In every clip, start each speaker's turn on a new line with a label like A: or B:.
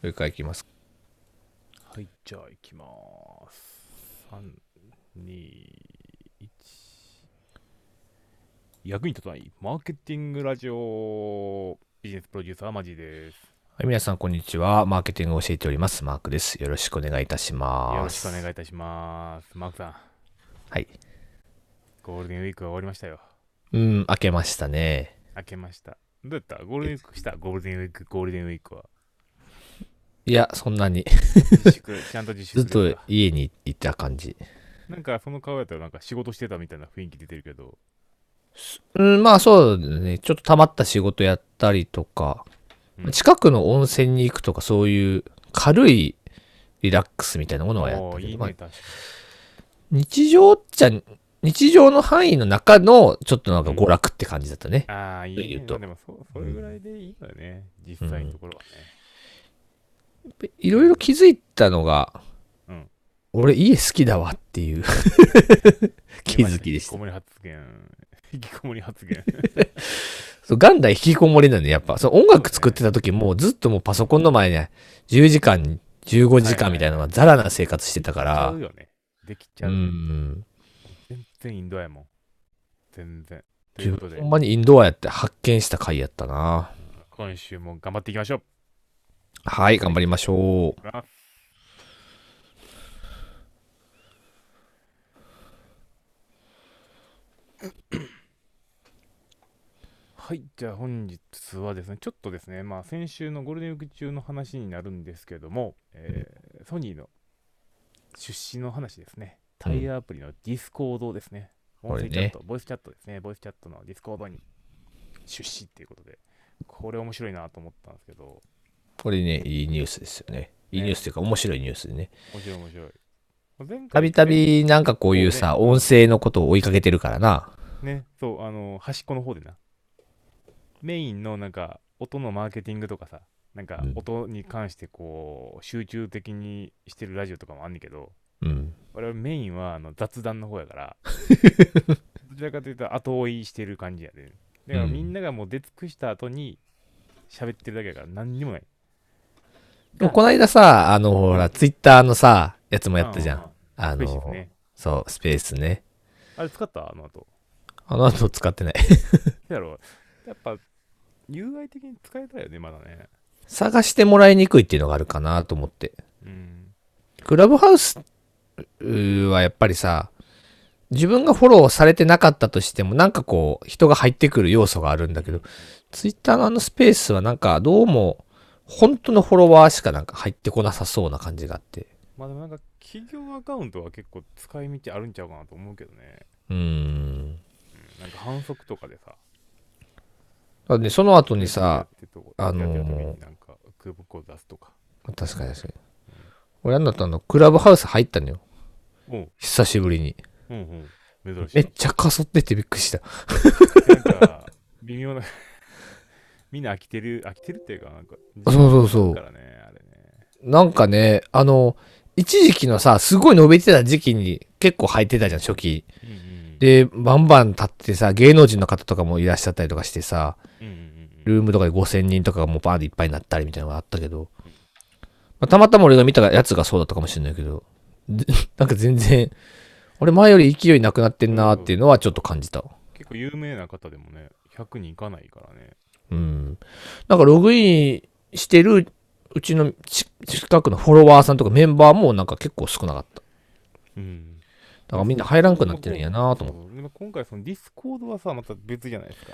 A: それからいきます。
B: はい、じゃあ行きまーす。3、2、1。役に立たないマーケティングラジオビジネスプロデューサーマジーです。
A: はい、皆さん、こんにちは。マーケティングを教えております。マークです。よろしくお願いいたします。
B: よろしくお願いいたします。マークさん、
A: はい。
B: ゴールデンウィークが終わりましたよ。
A: うん、明けましたね。
B: 明けました。どうだったゴールデンウィークしたゴールデンウィーク、ゴールデンウィークは。
A: いや、そんなに。
B: 自粛、ちゃんと自
A: ず
B: 粛
A: っ
B: する
A: と家にいた感じ。
B: なんかその顔やったらなんか仕事してたみたいな雰囲気出てるけど、
A: うん、まあそうだね。ちょっと溜まった仕事やったりとか、
B: うん
A: 近くの温泉に行くとか、そういう軽いリラックスみたいなものはやっ
B: お
A: た
B: ー
A: け
B: い
A: ど、
B: い
A: まあ
B: ね、確かに。
A: 日常っちゃ、日常の範囲の中の、ちょっとなんか娯楽って感じだったね。
B: ああ、いい
A: 言
B: ね。
A: うと
B: まあでもそ、それぐらいでいいよね、実際のところはね。
A: いろいろ気づいたのが、
B: うん
A: 俺家好きだわって いう気づきでし
B: 引きこ
A: た。
B: もり発言。引きこもり発言。
A: そう元来引きこもりなんで、やっぱ。そう音楽作ってた時もうずっともうパソコンの前に10時間、15時間みたいなのがザラな生活してたから、
B: できちゃうよね。できち
A: う
B: ゃう。
A: ん。
B: 全然インドやもん。全然。とい
A: 自
B: うこと
A: 分
B: で
A: ほん、まにインドアやって発見した回やったな。
B: 今週も頑張っていきましょう。
A: はい、頑張りましょう。
B: あはい、じゃあ本日はですね、ちょっとですね、まあ、先週のゴールデンウィーク中の話になるんですけども、えーソニーの出資の話ですね、タイヤアプリのディスコードですね、
A: こ
B: 音
A: れね
B: 声チャット、ボイスチャットですね、ボイスチャットのディスコードに出資っていうことで、これ面白いなと思ったんですけど、
A: これね、いいニュースですよね。いいニュースっていうか、面白いニュースでね。
B: 面白い面白い。前回
A: たびたびなんかこういうさ、音声のことを追いかけてるからな。
B: ね、そう、あの、端っこの方でな。メインのなんか、音のマーケティングとかさ、なんか
A: うん、
B: 音に関してこう、集中的にしてるラジオとかもあんねんけど、
A: うん。
B: 我々メインはあの雑談の方 やから、どちらかというと後追いしてる感じやで。だから
A: うん
B: みんながもう出尽くした後に、喋ってるだけやから、何にもない。
A: でもこの間さ、あの、ほら、ツイッターのさ、やつもやったじゃ。
B: うん
A: あ
B: うんうん。嬉しいです
A: の、
B: ね。
A: そう、スペースね。
B: あれ使ったあの後。
A: あの後使ってない。
B: そうやろ。やっぱ、UI 的に使えたよね、まだね。
A: 探してもらいにくいっていうのがあるかなと思って。
B: うん。
A: クラブハウスはやっぱりさ、自分がフォローされてなかったとしても、なんかこう、人が入ってくる要素があるんだけど、ツイッターのあのスペースはなんか、どうも、本当のフォロワーしかなんか入ってこなさそうな感じがあって。
B: まあでもなんか企業アカウントは結構使い道あるんちゃうかなと思うけどね。
A: うーん。
B: うんなんか反則とかでさ。
A: だってその後にさ、
B: あ
A: あの
B: の
A: ー
B: なんかクーポンコード出すとか。
A: 確かに確かに。俺なんだったのクラブハウス入ったのよ。
B: うん、
A: 久しぶりに。
B: うん、うん。珍しい。
A: めっちゃかそっててびっくりした。
B: なんか、微妙な。 みんな飽きてる、飽きてるっていうか、なんか。
A: そうそうそう
B: だからね、あれね。
A: なんかね、あの、一時期のさ、すごい伸びてた時期に結構入ってたじゃん、初期。
B: うんうん、
A: で、バンバン立ってさ、芸能人の方とかもいらっしゃったりとかしてさ、
B: うんうんうんうん、
A: ルームとかで5000人とかがもうバーンでいっぱいになったりみたいなのがあったけど、まあ、たまたま俺が見たやつがそうだったかもしれないけど、でなんか全然、俺前より勢いなくなってんなーっていうのはちょっと感じた。
B: 結構有名な方でもね、100人いかないからね。
A: うん。なんかログインしてるうちのち近くのフォロワーさんとかメンバーもなんか結構少なかった。
B: うん。
A: だからみんな入らんくなってるんやなと思って。
B: そうでも今回、そのディスコードはさ、また別じゃないですか。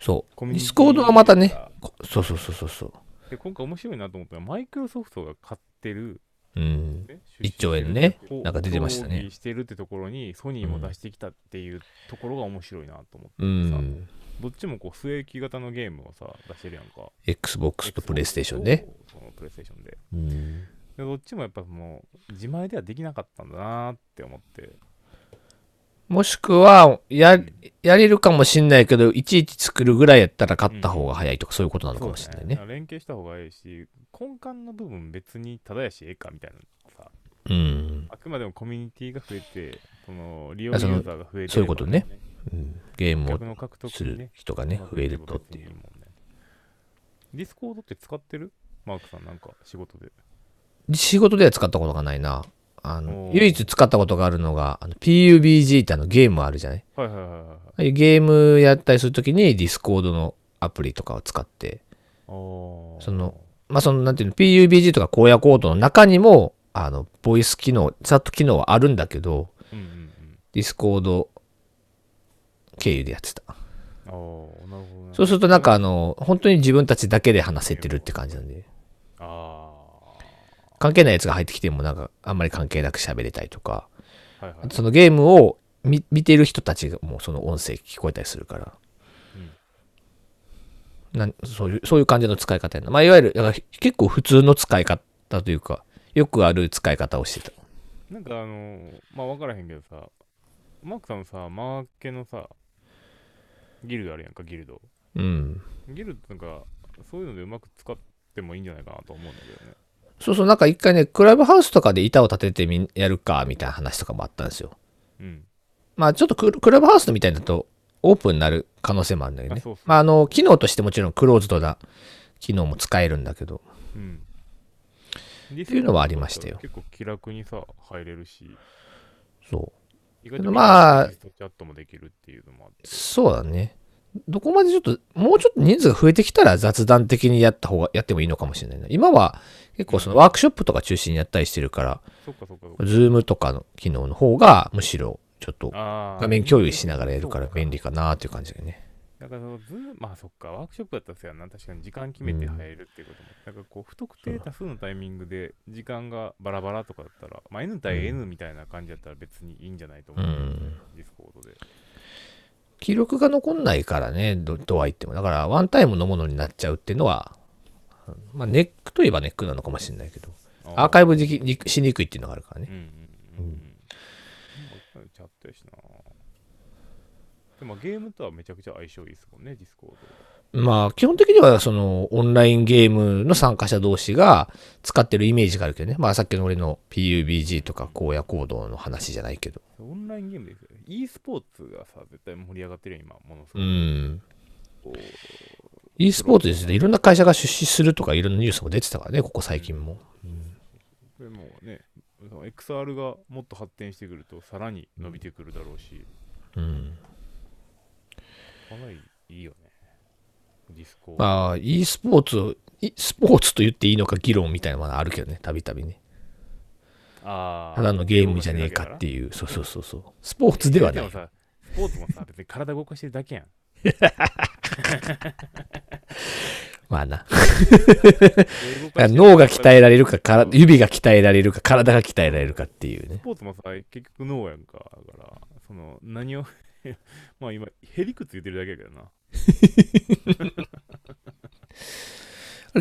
A: そう。
B: コ
A: デ
B: ミ
A: ィ
B: ュニテ
A: ス
B: ィ
A: コードはまた
B: と
A: ね、
B: か
A: こそうそうそうそうそう。
B: で今回面白いなと思ったのはマイクロソフトが買ってる、
A: うん。
B: ね、
A: 1兆円ね
B: 出資してる
A: なんか出てましたね
B: 協議してるってところにソニーも出してきたっていうところが面白いなと思って、
A: うん。
B: どっちもこう据え置き型のゲームをさ出してるやんか
A: Xbox と PlayStation ね。
B: Xbox とそのプレイステーションで
A: うん。
B: でどっちもやっぱもう自前ではできなかったんだなって思って
A: もしくは、や
B: うん、
A: やれるかもしんないけど、いちいち作るぐらいやったら買った方が早いとか、そういうことなのかもしんないね
B: そ。うだ連携した方がいいし根幹の部分別にただやしええかみたいなさ
A: うん。
B: あくまでもコミュニティが増えてその利用ユ
A: あその
B: ーザーが増えて
A: そういうことね
B: れば
A: うんゲーム
B: 客
A: を
B: の獲得
A: す
B: に
A: る
B: ね
A: 人がね、増えるとっていう。
B: ディスコードって使ってるマークさんなんか仕事で。
A: 仕事では使ったことがないな。あの
B: お、ー
A: 唯一使ったことがあるのが、あの PUBG ってあのゲームあるじゃない
B: はいはいはいはい。
A: ああいうゲームやったりするときにディスコードのアプリとかを使って、
B: そ
A: その、まあ、その、なんていうの、PUBG とか荒野コードの中にも、あの、ボイス機能、チャット機能はあるんだけど、
B: うんうん
A: ディスコード経由でやってた。
B: うん。おーなるほどね。
A: そうするとなんかあの、本当に自分たちだけで話せてるって感じなんで、
B: あ
A: 関係ないやつが入ってきてもなんか、あんまり関係なく喋れたりとか、
B: あ。はいは
A: あ
B: い
A: と。そのゲームを見見てる人たちがもうその音声聞こえたりするから、なんそういうそういう感じの使い方やな、まあ、いわゆるだから結構普通の使い方というかよくある使い方をしてた
B: なんかあのーまあ分からへんけどさ、マークさんのさ、マーケのさ、ギルドあるやんか、ギルド。
A: うん
B: ギルドなんか、そういうのでうまく使ってもいいんじゃないかなと思うんだけどね。
A: そうそうなんか一回ねクラブハウスとかで板を立ててみやるかみたいな話とかもあったんですよ
B: うん。
A: まあちょっとククラブハウスみたいだとオープンになる可能性もあるんだけどね
B: あそうそう
A: まああの機能としてもちろんクローズドな機能も使えるんだけど
B: うん。って
A: いうのはありましたよ
B: 結構気楽にさ、入れるし、
A: そう
B: 意外と
A: まあ
B: リストチャットもできるっていうのもあって。
A: そうだね。どこまでちょっと、もうちょっと人数が増えてきたら雑談的にやった方が、やってもいいのかもしれないな。今は結構そのワークショップとか中心にやったりしてるから、
B: そっかそっかそっか。
A: ズームとかの機能の方がむしろちょっと
B: あー
A: 画面共有しながらやるから
B: そう
A: 便利かなっていう感じだよね。
B: だからそのズームまあそっか、ワークショップだったらそうやんな、確かに時間決めて入るっていうことも。なんかこう、不特定多数のタイミングで時間がバラバラとかだったら、まあ、N 対 N みたいな感じだったら別にいいんじゃないと思
A: う
B: う、
A: ん。
B: ディスコードで。
A: 記録が残んないからね、どとは言っても。だからワンタイムのものになっちゃうっていうのは、まあネックといえばネックなのかもしれないけど、アーカイブできにしにくいっていうのがあるからね
B: う。んうんうんうん。なんかチャットやしな。でもゲームとはめちゃくちゃ相性いいですもんね、ディスコード。
A: まあ、基本的には、その、オンラインゲームの参加者同士が使ってるイメージがあるけどね。まあ、さっきの俺の PUBG とか荒野行動の話じゃないけど。
B: オンラインゲームですよね。e スポーツがさ、絶対盛り上がってるよ、今、ものす
A: う
B: ごく。
A: ん。
B: こう
A: e スポーツですね。いろんな会社が出資するとか、いろんなニュースも出てたからね、ここ最近も。
B: でもね、その XR がもっと発展してくると、さらに伸びてくるだろうし、
A: うん。
B: かなりいいよね。ディスコ。
A: まあ、e スポーツを、いスポーツと言っていいのか議論みたいなのはあるけどね、たびたびね。
B: あ
A: ただのゲームじゃねえかって
B: いう。
A: いう。そうそうそうそう。スポーツではな
B: も
A: い。
B: さ、スポーツもさ、別に体動かしてるだけやん。
A: まあな。
B: 動かしてる
A: 脳が鍛えられるかから、指が鍛えられるか、体が鍛えられるかっていうね
B: ス。ポーツもさ、結局脳やんか。だから、その、何を、 まあ今、へりくつ言ってるだけやけどな。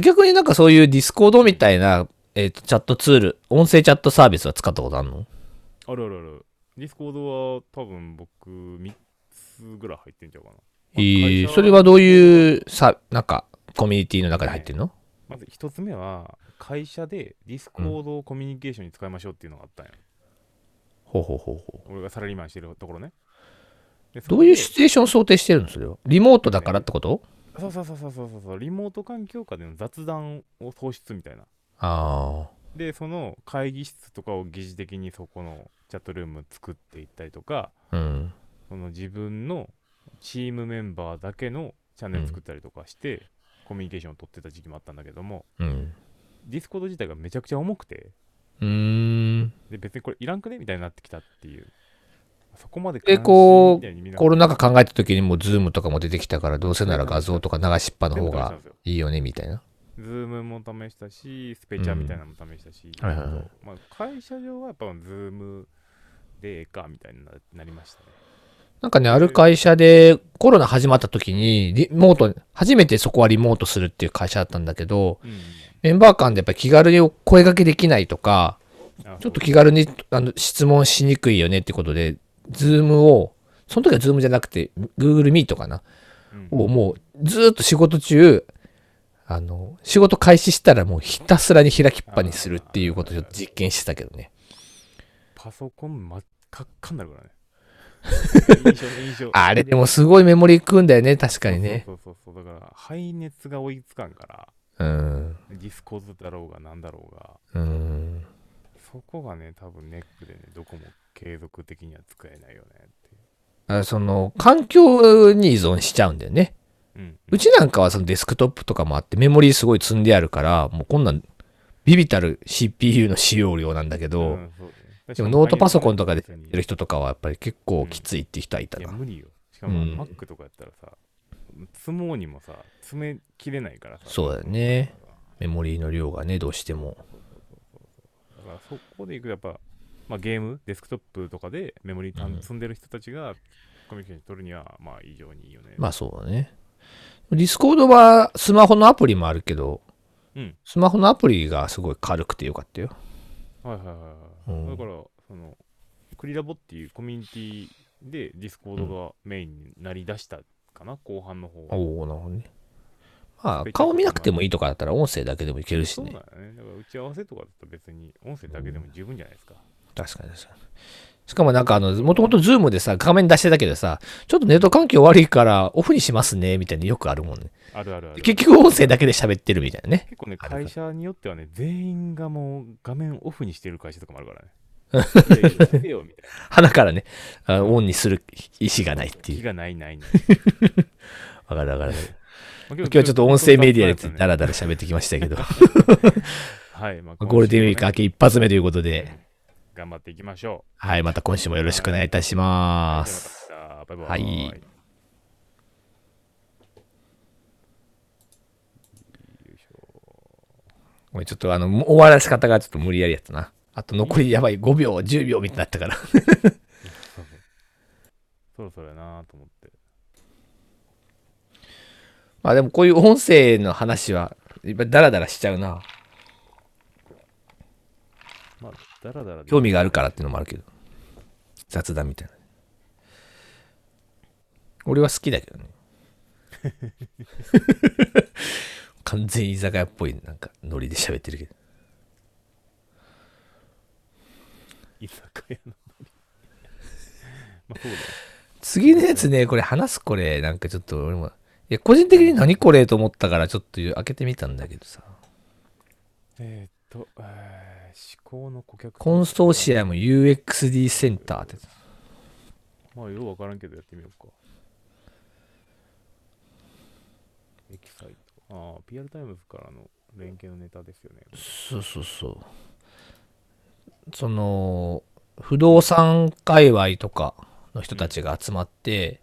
A: 逆になんかそういうディスコードみたいな、えーとチャットツール、音声チャットサービスは使ったことあるの
B: あるあるある。ディスコードは多分僕、3つぐらい入ってんちゃうかな。
A: え
B: 会
A: ー
B: 社
A: それはどういうさ、なんか、コミュニティの中で入ってるの
B: まず一つ目は、会社でディスコードをコミュニケーションに使いましょうっていうのがあったんや。
A: ほうほうほうほう。
B: 俺がサラリーマンしてるところね。で
A: どういうシ
B: そ
A: チュエーションを想定してるのそれは。リモートだからってこと
B: こでそうそうそうそうそうそう、リモート環境下での雑談を創出みたいな。
A: ああ。
B: で、その会議室とかを疑似的にそこのチャットルーム作っていったりとか、
A: うん。
B: その自分のチームメンバーだけのチャンネル作ったりとかして、コミュニケーションを取ってた時期もあったんだけども、
A: うん。
B: ディスコード自体がめちゃくちゃ重くて、
A: うーん。
B: で別にこれいらんくねみたいになってきたっていう。そこまで
A: えこう
B: う、みんな
A: コロナ禍考えた時にもうズームとかも出てきたから、どうせなら画像とか流しっぱの方がいいよね、みたいな。
B: ズームも試したし、スペチャーみたいなのも試したし、
A: はいはいはい
B: まあ、会社上はやっぱズームでええかみたいにななりましたね。
A: なんかね、ある会社でコロナ始まった時に、リモート、初めてそこはリモートするっていう会社だったんだけど、
B: うん
A: メンバー間でやっぱり気軽に声掛けできないとか、
B: あ
A: ちょっと気軽にあの質問しにくいよねってことで、ズームを、その時はズームじゃなくて、Google Meet かな。
B: そううん
A: をもうずーっと仕事中、あの、仕事開始したらもうひたすらに開きっぱにするっていうことをちょっと実験してたけどね。
B: パソコン真っ赤っかにな るからね。印象、印象。
A: あれでもすごいメモリー食うんだよね、確かにね。
B: そうそうそうそう。だから、排熱が追いつかんから、
A: うん。
B: デディスコードだろうがなんだろうが、
A: うーん。
B: そこがね、多分ネックでね、どこも継続的には使えないよねって。
A: あその、環境に依存しちゃうんだよね。
B: うん、
A: うちなんかはそのデスクトップとかもあって、メモリーすごい積んであるから、もうこんなん、ビビたる CPU の使用量なんだけど、
B: うんそうだね
A: でもノートパソコンとかで
B: 確に
A: やる人とかはやっぱり結構きついって人はいた
B: いや
A: な。
B: 無理よしかもあの
A: うん
B: Mac とかやったらさ、積もうにもさ詰めきれないからさ
A: そうだよねメモリーの量がね、どうしても。
B: だからそこでいくとやっぱ、まあ、ゲームデスクトップとかでメモリ
A: う
B: ー
A: ん
B: 積んでる人たちがコミュニケーション取るにはまあ異常にいいよね、
A: まあそうだね。ディスコードはスマホのアプリもあるけど、
B: うん
A: スマホのアプリがすごい軽くてよかったよ。
B: はいはいはいはい、
A: うん
B: だからそのクリラボっていうコミュニティでディスコードがメインになりだしたかな、後半の方は
A: おおなるほどね。まあ顔見なくてもいいとかだったら音声だけでもいけるし
B: そうだ
A: ね。
B: よねだから打ち合わせとかだと別に音声だけでも十分じゃないですか、
A: 確かに確かに。しかもなんかあの、もともとズームでさ、画面出してたけどさ、ちょっとネット環境悪いからオフにしますね、みたいによくあるもんね。
B: あるあるある
A: 結局音声だけで喋ってるみたいなね。
B: 結構ね、
A: あるから
B: 会社によってはね、全員がもう画面オフにしてる会社とかもあるからね。いやいややめよみ たいな。
A: 鼻からね、あオンにする意思がないってい
B: 気
A: う。
B: がないないない。
A: わかるわかる。
B: 今
A: 今日はちょっと音声メディアについてダ
B: ら。
A: ラダラ喋ってきましたけ ど、
B: はい、まあ
A: ゴールデンウィーク明け一発目ということで、
B: 頑張っていきましょ
A: はい、また今週もよろしくお願いいたし
B: う。
A: ま
B: じゃ
A: す。
B: あまた明日バ
A: は
B: イバイ。
A: い
B: よいしょ
A: もうちょっとあの、もう終わらせ方がちょっと無理やりやったな。あと残りやばい5秒、10秒みたいになった から。
B: そろそろやなと思って。
A: まあでもこういう音声の話は、やっぱダラダラしちゃうな。
B: まあ、だらだらで
A: 興味があるからっていうのもあるけど。雑談みたいな。俺は好きだけどね。完全に居酒屋っぽいなんかノリで喋ってるけど。
B: 居酒屋のノリまあ、そうだよ。
A: 次のやつね、これ話すこれ、なんかちょっと俺も、いや、個人的に何これと思ったからちょっと開けてみたんだけどさ。
B: えーっと、えー、思考の顧客
A: コンソーシアム UXD センターって。
B: まあようわからんけどやってみようか。エキサイト。ああ、PR タイムズからの連携のネタですよね。
A: そうそうそう。その、不動産界隈とかの人たちが集まって、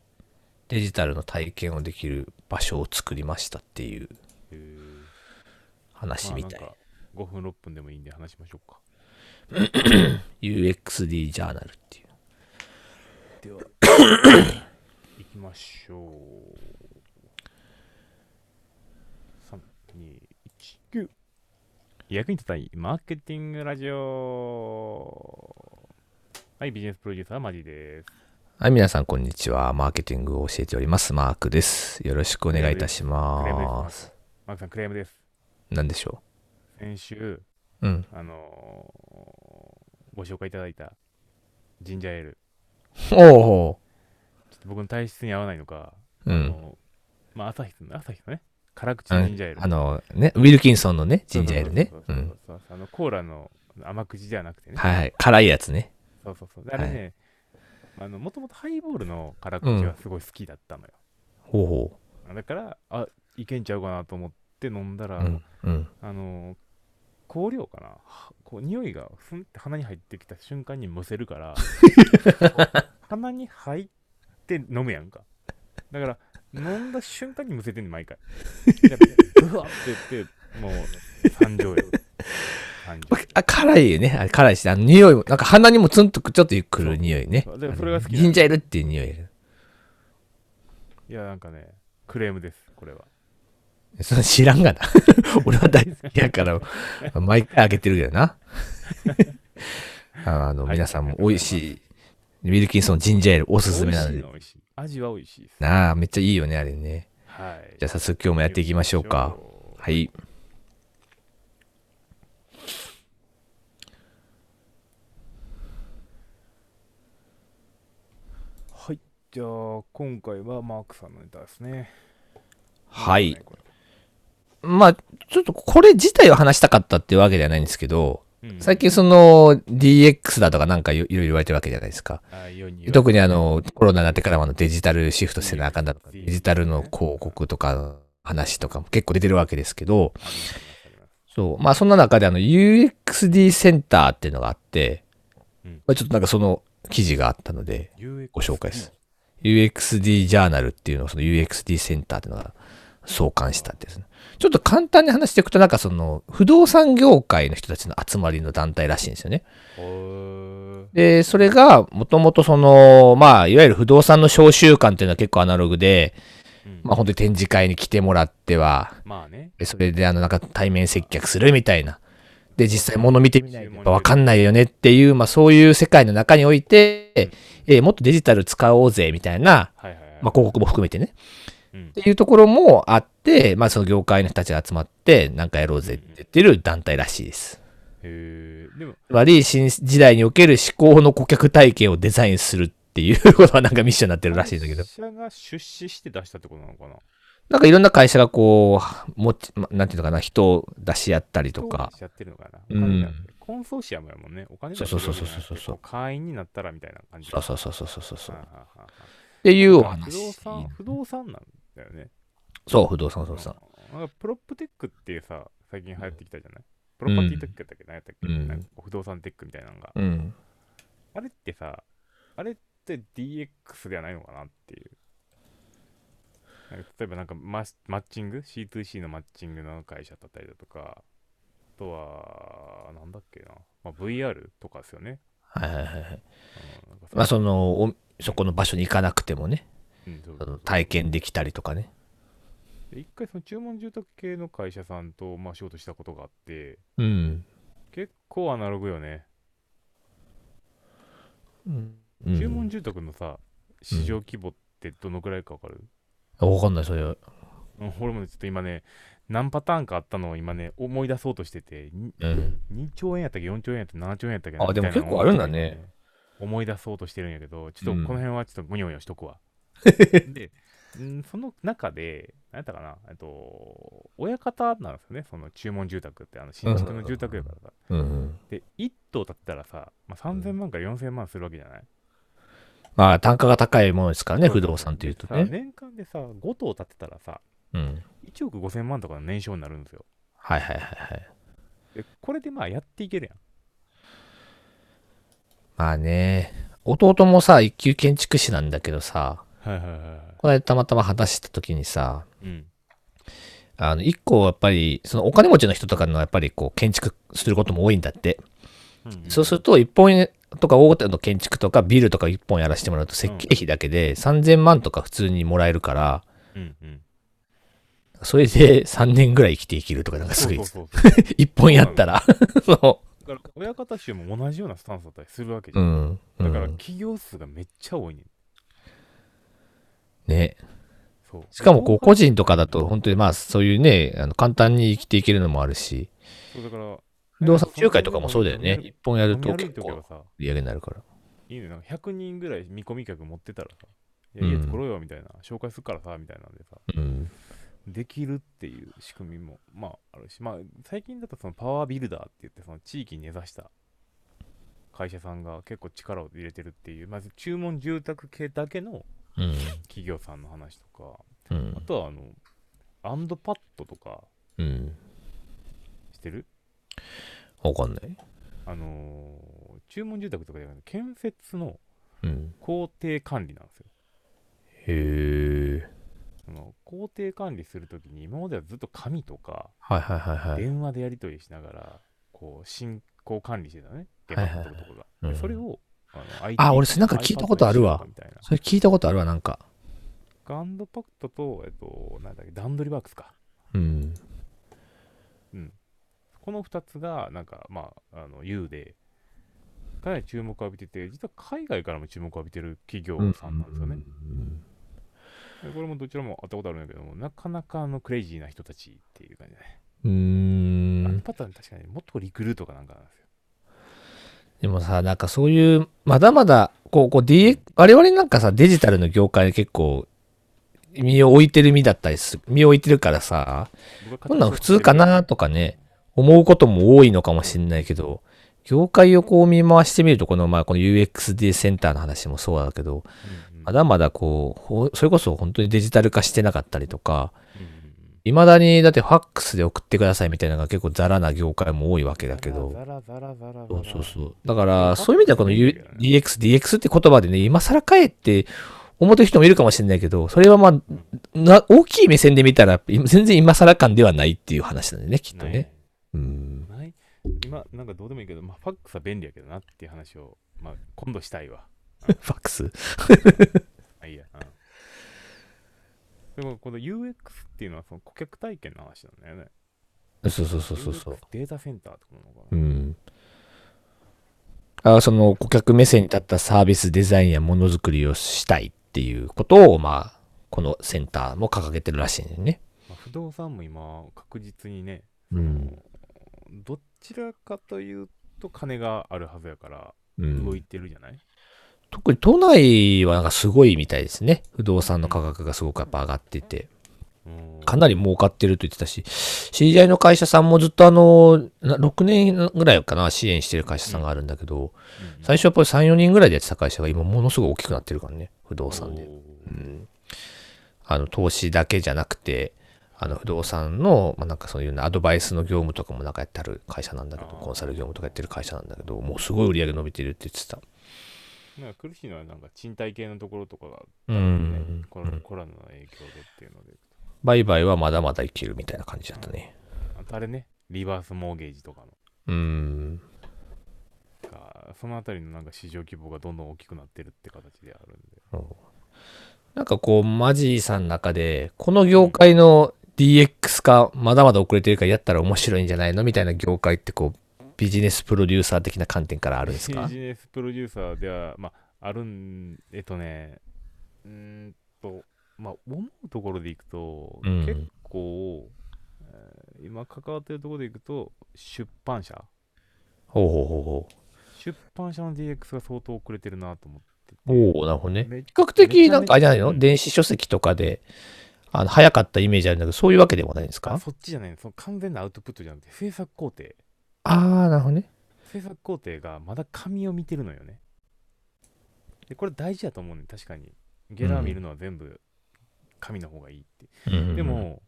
A: デジタルの体験をできる場所を作りましたっていう
B: へー
A: 話みたい。
B: まあ、なんか5分6分でもいいんで話しましょうか。
A: UXD ジャーナルっていう。
B: では、行きましょう。3、2、1、9。役に立たないマーケティングラジオ。はい、ビジネスプロデューサーマジです。
A: はい、皆さんこんにちは。マーケティングを教えております。マークです。よろしくお願いいたし
B: クレーム
A: ま
B: ですマー
A: す。
B: マークさん、クレームです。
A: 何でしょ
B: 先週、
A: ううん。
B: あのーご紹介いただいたジンジャーエール、
A: おお。
B: ちょっと僕の体質に合わないのか、
A: う
B: あ
A: ん。
B: のーまあ、朝日の朝日のね、辛口
A: あ
B: ジンジャーエール。
A: あのね、ウィルキンソンのね、ジンジャーエールね
B: そう。
A: う
B: そうそ
A: ん
B: う。そうそうあのコーラの甘口じゃなくてね、
A: はいはい。辛いやつね。
B: そうそうそう。あれね、あのもともとハイボールの辛口がすごい好きだったのよ。
A: ほうほ
B: だから、あいけんちゃうかなと思って飲んだら、
A: う。うん。うん。
B: あのー香料かなはこう匂いがふんって鼻に入ってきた瞬間にむせるから 鼻に入って飲むやんかだから飲んだ瞬間にむせてんねん毎回 やっぱうわって言ってもう惨状よ惨状
A: あ辛いよね。あれ辛いし、あの匂いも、なんか鼻にもツンとくちょっとくる匂いね。
B: そうでそれが好きなの
A: ジンジャーエールっていう匂い。
B: いやなんかねクレームですこれは
A: その知らんがな。 俺は大好きやから、 毎回開けてるけどな。 あの、
B: はい
A: 皆さんも美味しい、ウィルキンソンジンジャーエールおすすめなの
B: 美味しい
A: で。
B: のは美味しい味は美味しいです
A: なあ、めっちゃいいよね、あれね。
B: はい
A: じゃあ早速今日もやっていきましょうか。はい。
B: はいじゃあ今回はマークさんのネタですね
A: はい。
B: これ
A: まあ、ちょっとこれ自体を話したかったっていうわけではないんですけど、
B: うん
A: 最近その DX だとかなんかいろいろ言われてるわけじゃないですか。
B: あ世に
A: 特にあの、コロナになってからもあのデジタルシフトせなあかんだとか、
B: DX
A: デジタルの広告とかの話とかも結構出てるわけですけど、
B: ありますあります
A: そう。まあそんな中であの UXD センターっていうのがあって、
B: うん
A: まあちょっとなんかその記事があったので、
B: UX
A: ご紹介です。UXD ジャーナルっていうのをその UXD センターっていうのが創刊したってですね。ちょっと簡単に話していくとなんかその不動産業界の人たちの集まりの団体らしいんですよね。
B: へー
A: で、それがもともとその、まあいわゆる不動産の商習館っていうのは結構アナログで、
B: うん
A: まあ本当に展示会に来てもらっては、
B: まあね。
A: でそれであのなんか対面接客するみたいな。で、実際物見てみないとやっぱ分かんないよねっていう、まあそういう世界の中において、えーもっとデジタル使おうぜみたいな、
B: はいはいはい。
A: まあ広告も含めてね。
B: うん
A: っていうところもあって、まあその業界の人たちが集まって、なんかやろうぜって言ってる団体らしいです。
B: へーでも、
A: つまり、新時代における思考の顧客体験をデザインするっていうことはなんかミッションになってるらしいんだけど
B: 会、社が出資して出したってことなのかな
A: なんかいろんな会社がこう、持ち、まなんていうのかな、人を出し合ったりとか、
B: やってるのかな。
A: うん
B: お金だってコンソーシアムやもんね。お金出してるわけじゃなくて
A: そうそうそうそうそうそう
B: こ会員になったらみたいな感じ。
A: そうそうそうそうそうそう。
B: は
A: っ
B: あはあはあ
A: ていうお話
B: 不。動産、不動産なんだよね。
A: そう、不動産、不動産。
B: うんなんかプロップテックってさ、最近流行ってきたじゃないプロパティテックだっけ何やったっけ、
A: うん
B: なんか不動産テックみたいなのが。
A: うん。
B: あれってさ、あれって DX ではないのかなっていう。なんか例えばなんかマスマッチング ?C2C のマッチングの会社だったりだとか、あとは、なんだっけな、まあ、VR とかですよね。
A: はいはいはいはい。
B: うんなんか
A: まあその、おそこの場所に行かなくてもね、
B: うんそう
A: あ
B: そう
A: の体験できたりとかね。
B: で一回その注文住宅系の会社さんと、まあ、仕事したことがあって、
A: うん。
B: 結構アナログよね。
A: うん。
B: 注文住宅のさ、市場規模ってどのくらいかわかる、
A: わかんない、それは。
B: うん、俺もねちょっと今ね、何パターンかあったのを今ね、思い出そうとしてて、に
A: うん。
B: 2兆円やったっけ4兆円やったっけ7兆円やったっけな
A: あでも
B: みたいな
A: 結構あるんだね
B: 思い出そうとしてるんやけどちょ
A: う
B: っとこ
A: ん
B: の辺はちょっとむにょむにょしと くわ、でうんその中で何やったかなえっと親方なんですよねその注文住宅ってあの新築の住宅やからさ
A: うん。
B: で1棟建ったらさ、まあ、3000万から4000万するわけじゃない、
A: まあ、単価が高いものですからね、不動産っていうと
B: でさ
A: ね。
B: 年間でさ5棟建てたらさ
A: うん。
B: 1億5000万とかの年商になるんですよ
A: はいはいはいはい。
B: でこれでまあやっていけるやん
A: まあね、弟もさ、一級建築士なんだけどさ、
B: はいはいはいは
A: この間たまたま話した時にさ、
B: いうん
A: あの、一個やっぱり、そのお金持ちの人とかのやっぱりこう、建築することも多いんだって。そうすると、一本とか大手の建築とかビルとか一本やらせてもらうと設計費だけで3000万とか普通にもらえるから、
B: うんうん
A: それで3年ぐらい生きていけるとか、なんかす
B: そ
A: ごい
B: うそう、そう
A: 一本やったら、 そ
B: だから親方衆も同じようなスタンスだったりするわけじ
A: う。う
B: ゃん、
A: ん。
B: だから
A: うん
B: 企業数がめっちゃ多いねん
A: ね。
B: そう
A: しかもこう個人とかだと本当にまあそういうね、あの簡単に生きていけるのもあるし、
B: そうだから
A: 不動産仲介とかもそうだよね。一本や
B: や
A: る
B: ると
A: と
B: は
A: 結構売
B: さ
A: り上げになるから。
B: いいねなんか100人ぐらい見込み客持ってたらさい
A: うん
B: や家作ろうよみたいな、紹介するからさみたいなんでさ
A: うん。
B: できるっていう仕組みもまああるしまあ最近だとそのパワービルダーって言ってその地域に根ざした会社さんが結構力を入れてるっていうまず注文住宅系だけの
A: うん。
B: 企業さんの話とか
A: う
B: あ
A: ん。
B: とはあのアンドパッドとか
A: うん。
B: してる
A: わかんない。
B: あのー注文住宅とかじゃなくて建設の
A: うん。
B: 工程管理なんですよ
A: へえ。
B: その工程管理するときに今まではずっと紙とか
A: はいはいはいはい。
B: 電話でやり取りしながらこう進行管理してたのね
A: は
B: デ
A: いは
B: マ
A: い
B: ットとか
A: う
B: が
A: ん
B: でそれをあの IT
A: あ俺それなんか聞いたことあるわ
B: iPad にしてたみたい
A: それ聞いたことあるわ、なんか。
B: なガンドパッドとえっとなんだっけダンドリワークスか
A: うん。
B: うんこの2つがなんかまああの U でかなり注目を浴びてて実は海外からも注目を浴びてる企業さんなんですよね、
A: うん
B: でこれもどちらも会ったことあるんだけども、なかなかあのクレイジーな人たちっていう感じだね。
A: うー
B: あの
A: ん。
B: パターン確かにもっとリクルートかなんかなんですよ。
A: でもさ、なんかそういう、まだまだ、こう、こう、DX、我々なんかさ、デジタルの業界で結構、身を置いてる身だったりする、身を置いてるからさ、こんなん普通かなとかね、思うことも多いのかもしれないけど、業界をこう見回してみると、この、まあ、この UXD センターの話もそうだけど、
B: うんうん
A: まだまだこうほ、それこそ本当にデジタル化してなかったりとか、
B: うん
A: 未だにだってファックスで送ってくださいみたいなのが結構ザラな業界も多いわけだけど、
B: ザラザラザラザラザ
A: そ
B: ラ
A: うそうそうう。だから、
B: ファックス
A: そういう意味ではこの
B: でいいんだけ
A: U-
B: どね
A: DX、DX って言葉でね、今更かえって思ってる人もいるかもしれないけど、それはまあ、な大きい目線で見たら、今全然今更感ではないっていう話なんでね、きっとね。うん。
B: ない今なんかどうでもいいけど、まあ、ファックスは便利やけどなっていう話を、まあ、今度したいわ
A: ファックス。
B: あいいや、うん、でもこの UX っていうのはその顧客体験の話なんだよね
A: そうそうそうそうそう。
B: UX データセンターとかなのか
A: う
B: な、
A: ん。あその顧客目線に立ったサービスデザインやものづくりをしたいっていうことを、まあ、このセンターも掲げてるらしいんだよね。
B: まあ、不動産も今確実にね、
A: うん。
B: どちらかというと金があるはずやから
A: うん、
B: 動いてるじゃない、
A: 特に都内はなんかすごいみたいですね。不動産の価格がすごくやっぱ上がっていて、
B: うん
A: かなり儲かってると言ってたし、知り合いの会社さんもずっとあの、な6年ぐらいかな、支援してる会社さんがあるんだけど、
B: うん
A: 最初やっぱり3、4人ぐらいでやってた会社が今ものすごい大きくなってるからね、不動産で。
B: おー
A: うん。あの、投資だけじゃなくて、あの、不動産の、まあ、なんかそういうようなアドバイスの業務とかもなんかやってある会社なんだけど、
B: あー
A: コンサル業務とかやってる会社なんだけど、もうすごい売り上げ伸びてるって言ってた。
B: なんか苦しいのはなんか賃貸系のところとかが、ね
A: うん
B: コロコロナの影響でっていうので
A: 売買はまだまだいけるみたいな感じだったね。
B: あとあれねリバースモーゲージとかの
A: うん。
B: がそのあたりのなんか市場規模がどんどん大きくなってるって形であるんで
A: なんかこう、マジーさんの中で、この業界の DX 化、まだまだ遅れてるからやったら面白いんじゃないのみたいな業界ってこう、ビジネスプロデューサー的な観点からあるんですか
B: ビジネスプロデューサーでは、まあ、あるん、えっとね、うーんと、まあ、思うところでいくと、
A: うん
B: 結構、えー今関わってるところでいくと、出版社、
A: ほうほうほ
B: 出版社の DX が相当遅れてるなと思って
A: うほう。おおなるほどね。
B: め
A: 比較的なんかあれじゃないの、
B: うん
A: 電子書籍とかで、あの、早かったイメージあるんだけど、そういうわけでもないんです
B: あ
A: か
B: そっちじゃないのその完全なアウトプットじゃなくて、制作工程。
A: ああ、なるほどね。
B: 制作工程がまだ紙を見てるのよね。で、これ大事だと思うね、確かに。ゲラー見るのは全部紙の方がいいって。
A: うん
B: で、も、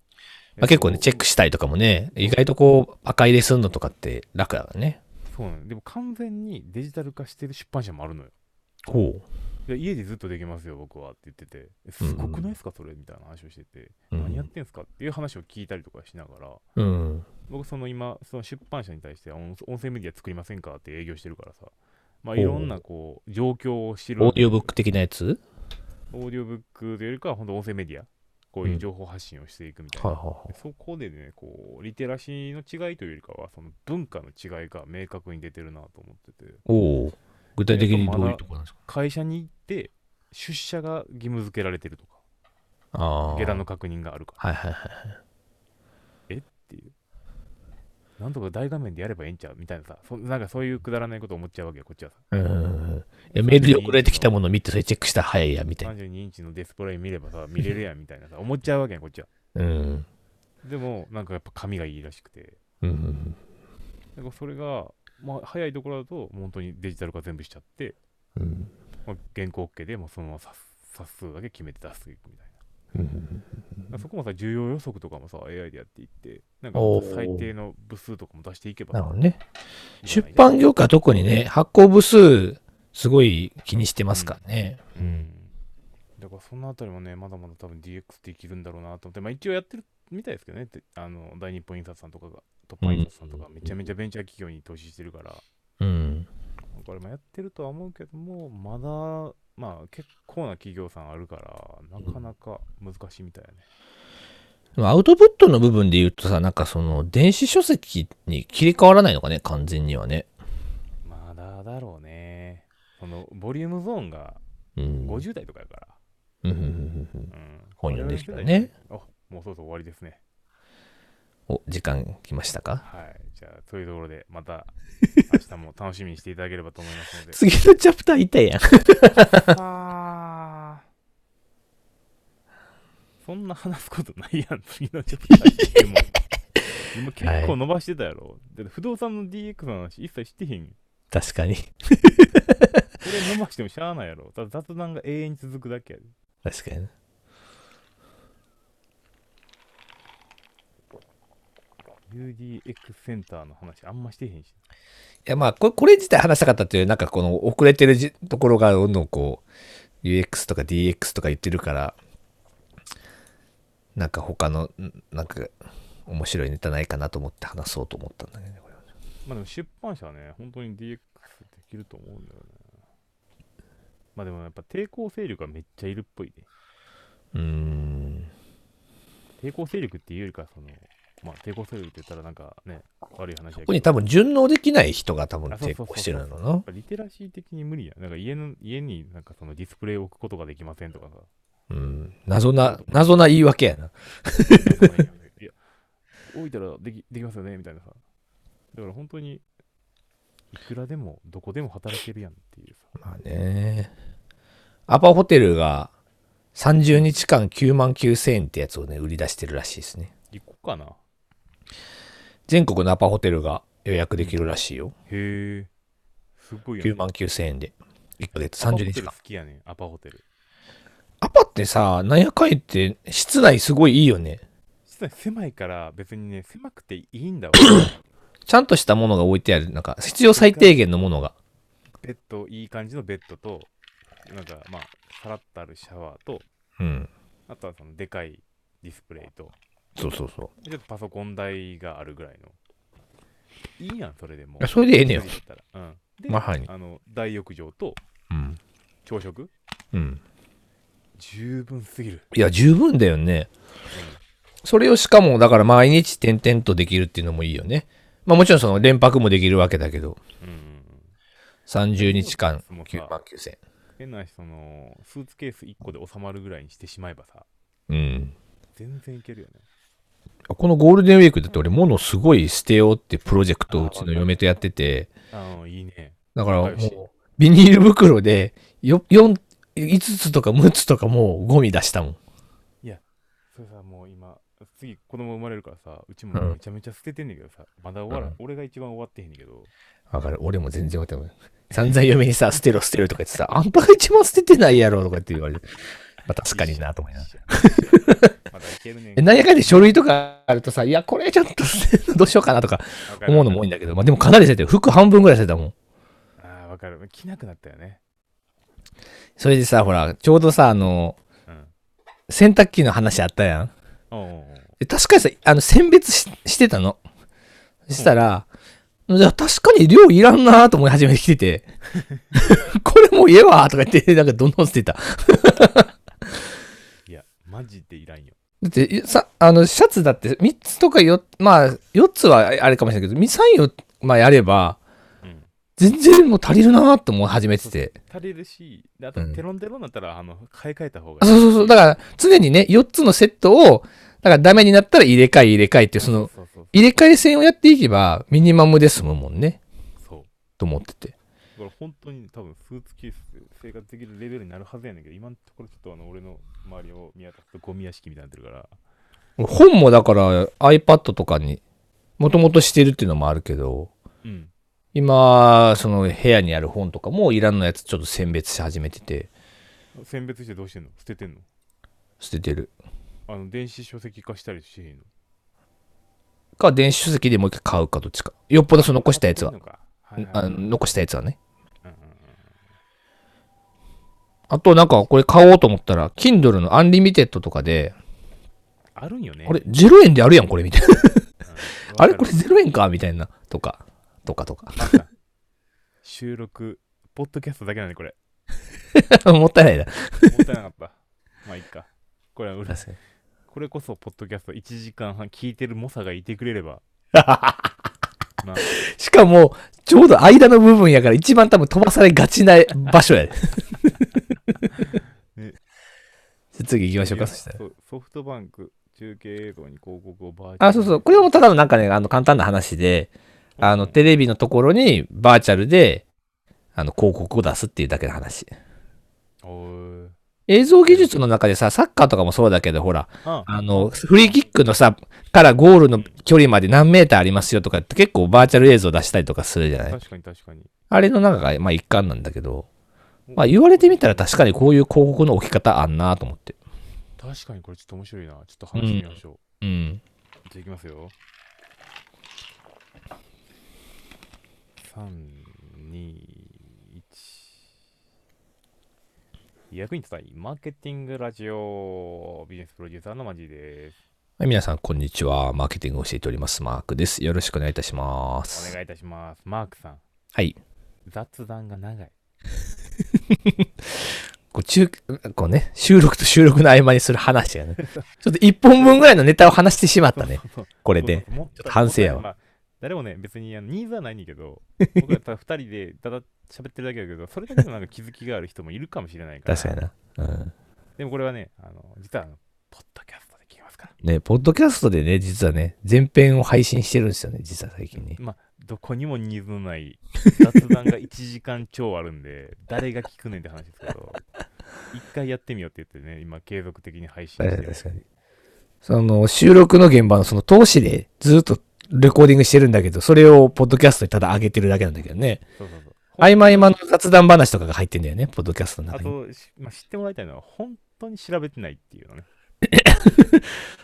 A: まあ、結構ね、チェッ
B: ク
A: クしたりとかもね、意外とこう、赤入れすんのとかって楽だからね。
B: そうなのでも完全にデジタル化してる出版社もあるのよ。
A: ほ
B: いや家でずっとできますよ、僕はって言ってて、えすごくないですか、それみたいな話をしてて、
A: う。
B: 何やってんすかっていう話を聞いたりとかしながら、
A: うん。
B: 僕、その今、その出版社に対して音音声メディア作りませんかって営業してるからさ、まあ、
A: ほう
B: いろんなこう状況を知る
A: オーディオブック的なやつ
B: オーディオブックというよりかは、本当、音声メディア、こういううん情報発信をしていくみたい
A: はい
B: な。
A: は
B: でそこでね、こう、リテラシーの違いというよりかは、その文化の違いが明確に出てるなと思ってて。
A: い。おお。具体的にどういうところなんですか
B: 会社に行って出社が義務付けられてるとか
A: ああ。
B: 下段の確認があるか
A: は
B: ら
A: いはいはい。
B: っていうなんとか大画面でやればええんちゃうみたいなさそなんかそういうくだらないこと思っちゃうわけよこっちはさ
A: うんうんうん。いやメールで送られてきたものを見て、それチェックしたら早いや、みたい
B: 32インチのディスプレイ見ればさ見れるやんみたいなさ思っちゃうわけやんこっちは
A: な。うん。
B: でもなんかやっぱ紙がいいらしくて
A: うんうん
B: だからそれが、まあ、早いところだともう本当にデジタル化全部しちゃって、
A: うん。
B: まあ、原稿 OK でもうそのままさ冊数だけ決めて出していくみたいな
A: うん。
B: だからそこもさ重要予測とかもさ AI でやっていってなんか
A: おー
B: 最低の部数とかも出していけば
A: な
B: さ
A: るほどね。
B: いいじゃ
A: 出
B: ない
A: 版業界は特にね、発行部数、すごい気にしてますからね。
B: う。んだからそのあたりもねまだまだ多分 DX できるんだろうなと思ってまあ一応やってるみたいですけどねてあの大日本印刷さんとかが突破印刷さんとか
A: うん
B: めちゃめちゃベンチャー企業に投資してるから、
A: うん。
B: これもやってるとは思うけどもまだまあ結構な企業さんあるからなかなか難しいみたいだね、
A: でもアウトプットの部分で言うとさ、なんかその、電子書籍に切り替わらないのかね、完全にはね。
B: まだだろうねそのボリュームゾーンが
A: うん。
B: 50代とかやから、
A: うんうんうんうん
B: うん
A: 本読んでる人はね。
B: あもうそろそろ終わりですね。
A: お、時間来ましたか
B: はい。じゃあ、というところで、また明日も楽しみにしていただければと思いますので。
A: 次のチャプターいたやん。
B: さあ、そんな話すことないやん、次のちょっと。でも、今結構伸ばしてたやろ。だって不動産の DX の話一切してへんよ。
A: 確かに。
B: これ伸ばしてもしゃあないやろ。ただ雑談が永遠に続くだけやで。
A: 確かにね。
B: UDX センターの話あんましてへんし。
A: いや、まあ、これ、これ自体話したかったという、なんかこの遅れてるじところがどんどんこう、UX とか DX とか言ってるから、なんか他の、んなんか、面白いネタないかなと思って話そうと思ったんだけどね、これはね
B: まあでも出版社はね、本当に DX できると思うんだよね。まあでもやっぱ抵抗勢力がめっちゃいるっぽいね。
A: うーん。
B: 抵抗勢力っていうよりか、その、まあ抵抗勢力って言ったらなんかね、悪い話や
A: こ
B: けど。
A: こに
B: や
A: 多分順応できない人が多分
B: あそう
A: 抵
B: そうそうそう
A: 抗してるのな
B: っ。ぱリテラシー的に無理やん。なんか家の、家になんかそのディスプレイを置くことができません とかさ。
A: うん。謎な、謎な言い訳やな。
B: いや、置いたらできできますよねみたいなさ。だから本当に、いくらでも、どこでも働けるやんっていうさ。
A: まあね。アパホテルが30日間9万9000円ってやつをね、売り出してるらしいですね。
B: 行こうかな。へ
A: 全国のアパホテルが予約できるらしいよ。
B: え。すごいやん。
A: 9万9000円で。1ヶ月
B: アパホテ
A: 30
B: ル
A: 日間
B: 好。きやねん、アパホ テル。
A: アパってさ、なんやかんやって室内すごいいいよね。
B: 実は狭いから、別にね、狭くてい いんだわ。
A: ちゃんとしたものが置いてある。なんか必要最低限のものが。
B: ベッド、いい感じのベッドと、なんか、まあ、さらっとあるシャワーと、
A: うん。
B: あとはその、でかいディスプレイと、
A: そうそうそう。
B: ちょっとパソコン台があるぐらいの。いいやん、それでも
A: いや。それでええねよ
B: 一。人だったらうん。で、
A: まさに。
B: あの大浴場と
A: うん。
B: 朝食
A: うん。
B: 十分すぎる、
A: いや、十分だよね。それをしかも、だから毎日点々とできるっていうのもいいよね。まあもちろんその連泊もできるわけだけど、
B: うんうん
A: 30日間
B: もうさ
A: 9万9000
B: 変な話そのスーツケース1個で収まるぐらいにしてしまえばさ
A: うん。
B: 全然いけるよね
A: このゴールデンウィークだって俺、ものすごい捨てようってプロジェクトをうちの嫁とやってて、
B: あのいいね
A: だからも
B: わかるし
A: う、ビニール袋でよ、4、5つとか6つとかもうゴミ出したもん。
B: それさもう今次子供生まれるからさうち
A: う
B: も
A: ん
B: めちゃめちゃ捨ててんねんけどさまだ終わら、
A: うん
B: 俺が一番終わってへんねんけど
A: わかる。俺も全然わかんない。散々嫁にさ、捨てろ捨てろとか言ってさ、あんたが一番捨ててないやろとかって言われて、 まあ確かになと思いながら。
B: らまだいけるねん
A: えなんやかんや書類とかあるとさ、いや、これちょっと捨てるのどうしようかなとか
B: わかる
A: 思うのも多いんだけど、まあでもかなり捨ててる。服半分ぐらい捨てたもん。
B: あーわかる着なくなったよね
A: それでさ、ほら、ちょうどさ、あの、
B: うん
A: 洗濯機の話あったやん。
B: おうおうおう
A: で確かにさ、あの、選別ししてたの。そしたら、いや確かに量いらんなーと思い始めてきてて、 これもうええわーとか言って、なん かどんどん捨てた。
B: いやマジでいらんよ
A: だって、いさ、あの、シャツだって3つとかよ、まあ、4つはあれかもしれないけど、3、4、まあやれば、
B: うん
A: 全然もう足りるなーって思い始めてて。
B: 足りるし、であと
A: うん
B: テロンテロンだったら、あの買い替えた方が
A: あそうそうそう。だから、常にね、4つのセットを、だからダメになったら入れ替え入れ替えっていう、その、
B: そうそう
A: 入れ替え戦をやっていけば、ミニマムで済むもんね、
B: そう
A: と思ってて。
B: これ本当に多分スーツケースで生活できるレベルになるはずやねんけど今のところちょっとあの俺の周りを見渡すとゴミ屋敷みたいになってるから
A: 本もだから、iPad とかに、もともとしてるっていうのもあるけど、
B: うん
A: 今、その部屋にある本とかも、いらんのやつちょっと選別し始めてて、
B: 選別してどうしてんの捨ててんの
A: 捨ててる。
B: あの電子書籍化したりしてへんの
A: か、電子書籍でもう一回買うかどっちか。よっぽどその残したやつは
B: そうい。うのかはいはい
A: あの残したやつはね。
B: うんうんうん
A: あと、なんか、これ買おうと思ったら、Kindle の Unlimited とかで、
B: あるんよね
A: あれ、0円であるやん、これ、みたいな。
B: うん
A: あれこれ
B: わか
A: 0円かみたいな。とか、とかとか。
B: るなんか収録ポッドキャストだけなんでこ れ
A: もったいないな。
B: もったいなかったまあいいかこれは売る
A: 確かに。
B: これこそポッドキャスト1時間半聞いてる猛者がいてくれればまあ
A: しかも、ちょうど間の部分やから一番多分飛ばされがちな場所や でじ
B: ね。
A: ゃあ次行きましょうか、
B: いや
A: そしたら。
B: そうソフトバンク中継映像に広告をバーチャル
A: あ、そうそう。これもただのなんかね、あの、簡単な話で、あの、テレビのところにバーチャルで、あの、広告を出すっていうだけの話。
B: おー
A: 映像技術の中でさ、サッカーとかもそうだけど、ほら、
B: あ
A: あの、フリーキックのさ、からゴールの距離まで何メーターありますよとかって結構バーチャル映像出したりとかするじゃない
B: 確かに確かに。
A: あれの中が、まあ一環なんだけど、まあ言われてみたら確かにこういう広告の置き方あんなと思って。
B: 確かにこれちょっと面白いな。ちょっと話してみましょう。
A: うん。
B: じゃあいきますよ。3、2、1。役に立たないマーケティングラジオビジネスプロデューサーのマジです。
A: はい皆さん、こんにちは。マーケティングを教えております。マークです。よろしくお願いいたしま
B: お
A: す。
B: 願いいたします。マークさん、
A: はい。
B: 雑談が長い。
A: こう、中、こうね、収録と収録の合間にする話がね。 ちょっと一本分ぐらいのネタを話してしまった ね。これで。
B: もっ
A: ちょっと反省やわ
B: まあ誰もね、別にあのニーズはないんだ けど、僕はただ2人でただ喋ってるだけだけど、それだけでもなんか気づきがある人もいるかもしれないから、
A: 確かにな。うん。
B: でもこれはね、あの実はあのポッドキャストで聞きますから。
A: ね、ポッドキャストでね、実はね、前編を配信してるんですよね、実は最近ね。
B: まあ、どこにもニーズの ない雑談が1時間超あるんで、誰が聞くねんって話ですけど、一回やってみようって言ってね、今、継続的に配信
A: 確か
B: して
A: に
B: る
A: 確かに。その、収録の現場のその通しでずっとレコーディングしてるんだけど、それをポッドキャストにただ上げてるだけなんだけどね。
B: そうそうそう
A: 合間合間の雑談話とかが入ってんだよね、ポッドキャストの
B: あ
A: 中に。
B: と、しまあ、知ってもらいたいのは、本当に調べてないっていうのね。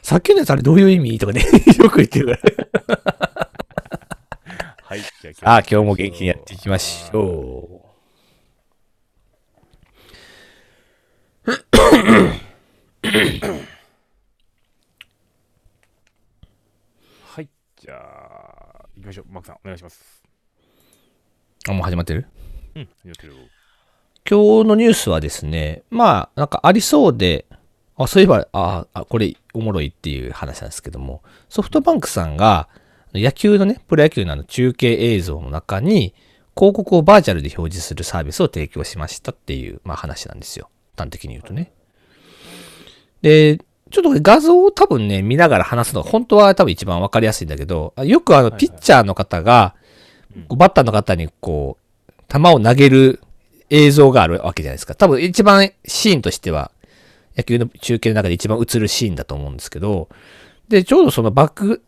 A: さっきのやつあれどういう意味とかね、 よく言ってるから。
B: はい、じゃ
A: ああ、今日も元気にやっていきましょ
B: う。はい、じゃあ、行きましょう。マークさん、お願いします。
A: う。あ、もう始まってる
B: うん、やってる。
A: 今日のニュースはですね、まあ、なんかありそうで、あ、そういえば、ああ、これおもろいっていう話なんですけども、ソフトバンクさんが、野球のね、プロ野球のあの中継映像の中に、広告をバーチャルで表示するサービスを提供しましたっていう、まあ話なんですよ。端的に言うとね。で、ちょっとこれ画像を多分ね、見ながら話すのが本当は多分一番わかりやすいんだけど、あよくあの、
B: いはい
A: ピッチャーの方が、こうバッターの方にこう、球を投げる映像があるわけじゃないですか。多分一番シーンとしては、野球の中継の中で一番映るシーンだと思うんですけど、で、ちょうどそのバック、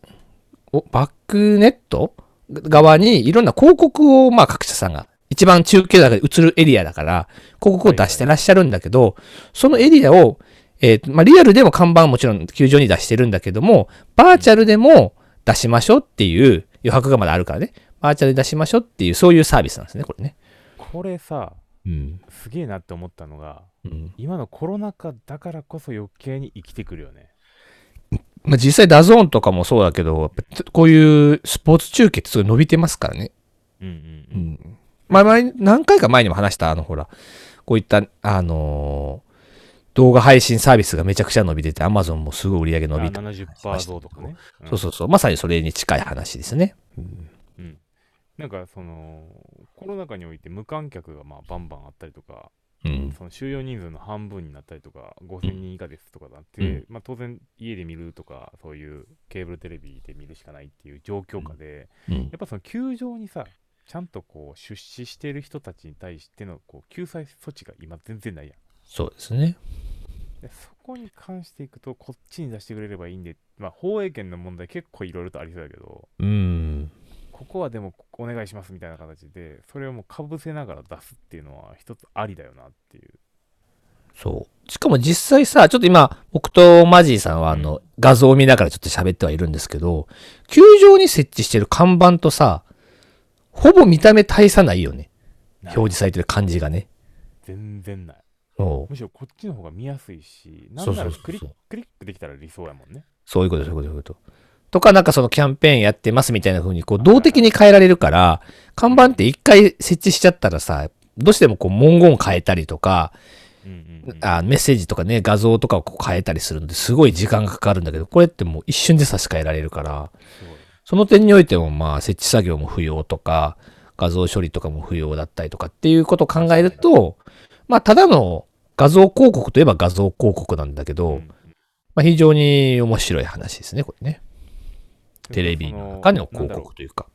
A: おバックネット側にいろんな広告を、まあ各社さんが、一番中継の中で映るエリアだから、広告を出してらっしゃるんだけど、そのエリアを、えーとまあ、リアルでも看板はもちろん球場に出してるんだけども、バーチャルでも出しましょうっていう余白がまだあるからね。バーチャルで出しましょうっていう、そういうサービスなんですね、これね。
B: これさ、
A: うん。
B: すげえなって思ったのが、
A: うん、
B: 今のコロナ禍だからこそ余計に生きてくるよね。
A: まあ、実際ダゾーンとかもそうだけど、やっぱこういうスポーツ中継ってすごい伸びてますからね。
B: うんうん
A: う
B: うん。
A: ん。まあ、前、何回か前にも話した、あの、ほら、こういった、あのー動画配信サービスがめちゃくちゃ伸びてて、アマゾンもすごい売り上げ伸びて
B: あ70%増とかね。ん
A: そうそうそう、まさにそれに近い話ですね。
B: うん、なんかそのコロナ禍において無観客がまあバンバンあったりとか、
A: うん。
B: その収容人数の半分になったりとか5000人以下ですとかだって、
A: うん
B: まあ、当然家で見るとかそういうケーブルテレビで見るしかないっていう状況下で、
A: うん
B: やっぱその球場にさちゃんとこう出資してる人たちに対してのこう救済措置が今全然ないやん
A: そうですね。
B: でそこに関していくとこっちに出してくれればいいんで、まあ、放映権の問題結構いろいろとありそうだけど
A: うん。
B: ここはでもお願いしますみたいな形でそれをもうかぶせながら出すっていうのは一つありだよなっていう
A: そう。しかも実際さ、ちょっと今、僕とマジーさんはあの、画像を見ながらちょっと喋ってはいるんですけど、球場に設置してる看板とさ、ほぼ見た目大差ないよね。表示されてる感じがね。
B: 全然ない
A: そう
B: むしろこっちの方が見やすいしな
A: そうんそ
B: な
A: う
B: ら
A: そうそう
B: クリッククリックできたら理想やもんね
A: そういうこと、そういうこと、そういうこと。とか、なんかそのキャンペーンやってますみたいな風に、こう、動的に変えられるから、看板って一回設置しちゃったらさ、どうしてもこう文言変えたりとか、
B: うんうん、うん、
A: あメッセージとかね、画像とかをこう変えたりするので、すごい時間がかかるんだけど、これってもう一瞬で差し替えられるから、
B: すごい
A: その点においても、まあ、設置作業も不要とか、画像処理とかも不要だったりとかっていうことを考えると、まあ、ただの画像広告といえば画像広告なんだけど、
B: うん
A: まあ、非常に面白い話ですね、これね。テレビの中の
B: そなん
A: 広
B: だろう
A: 告というか。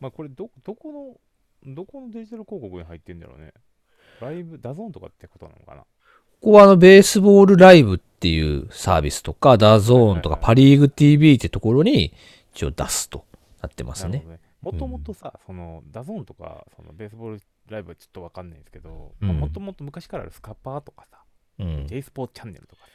B: まあこれどどこのどこのデジタル広告に入ってんだろうねライブダゾーンとかってことなのかな
A: こはあの、ベースボールライブっていうサービスとか、ダゾーンとか、
B: はいはいはい
A: パリーグ TV ってところに一応出すとなってますね。
B: もともとさ、そのダゾーンとかそのベースボールライブはちょっとわかんないんですけど、
A: うん
B: もともと昔からあるスカパーとかさ、
A: うん。
B: J スポーツチャンネルとかさ、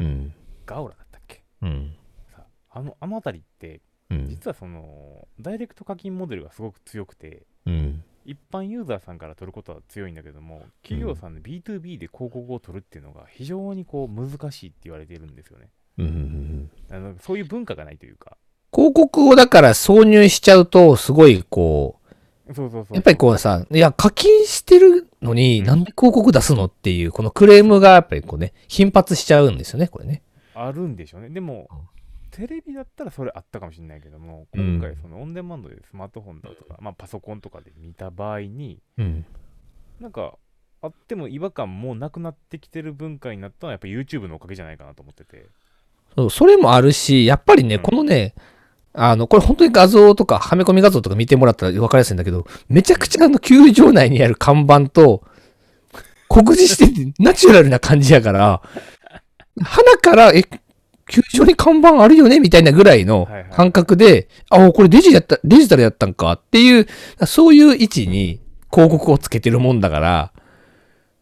A: うん。
B: ガオラだったっけ
A: うん。
B: さあのあの辺りって、
A: うん。
B: 実はそのダイレクト課金モデルがすごく強くて、
A: うん。
B: 一般ユーザーさんから取ることは強いんだけども、企業さんの B2B で広告を取るっていうのが非常にこう難しいって言われてるんですよね。
A: うん。
B: あのそういう文化がないというか、
A: 広告をだから挿入しちゃうと、すごいこう、
B: そうそうそう。
A: やっぱりこうさ、いや、課金してるのに、
B: うん
A: なんで広告出すのっていう、このクレームがやっぱりこうね、頻発しちゃうんですよね、これね。
B: あるんでしょうね。でも
A: うん、
B: テレビだったらそれあったかもしれないけども、
A: うん
B: 今回そのオンデマンドでスマートフォンだとか、まあパソコンとかで見た場合に、
A: うん。
B: なんか、あっても違和感もうなくなってきてる文化になったのはやっぱ YouTube のおかげじゃないかなと思ってて。
A: そうそれもあるし、やっぱりね、
B: うん
A: このね、あの、これ本当に画像とか、はめ込み画像とか見てもらったら分かりやすいんだけど、めちゃくちゃあの、球場内にある看板と、酷似してて、ナチュラルな感じやから、鼻から、え、球場に看板あるよねみたいなぐらいの
B: はいはい
A: 感覚で、あ、おこれデジやった、デジタルやったんかっていう、そういう位置に広告をつけてるもんだから、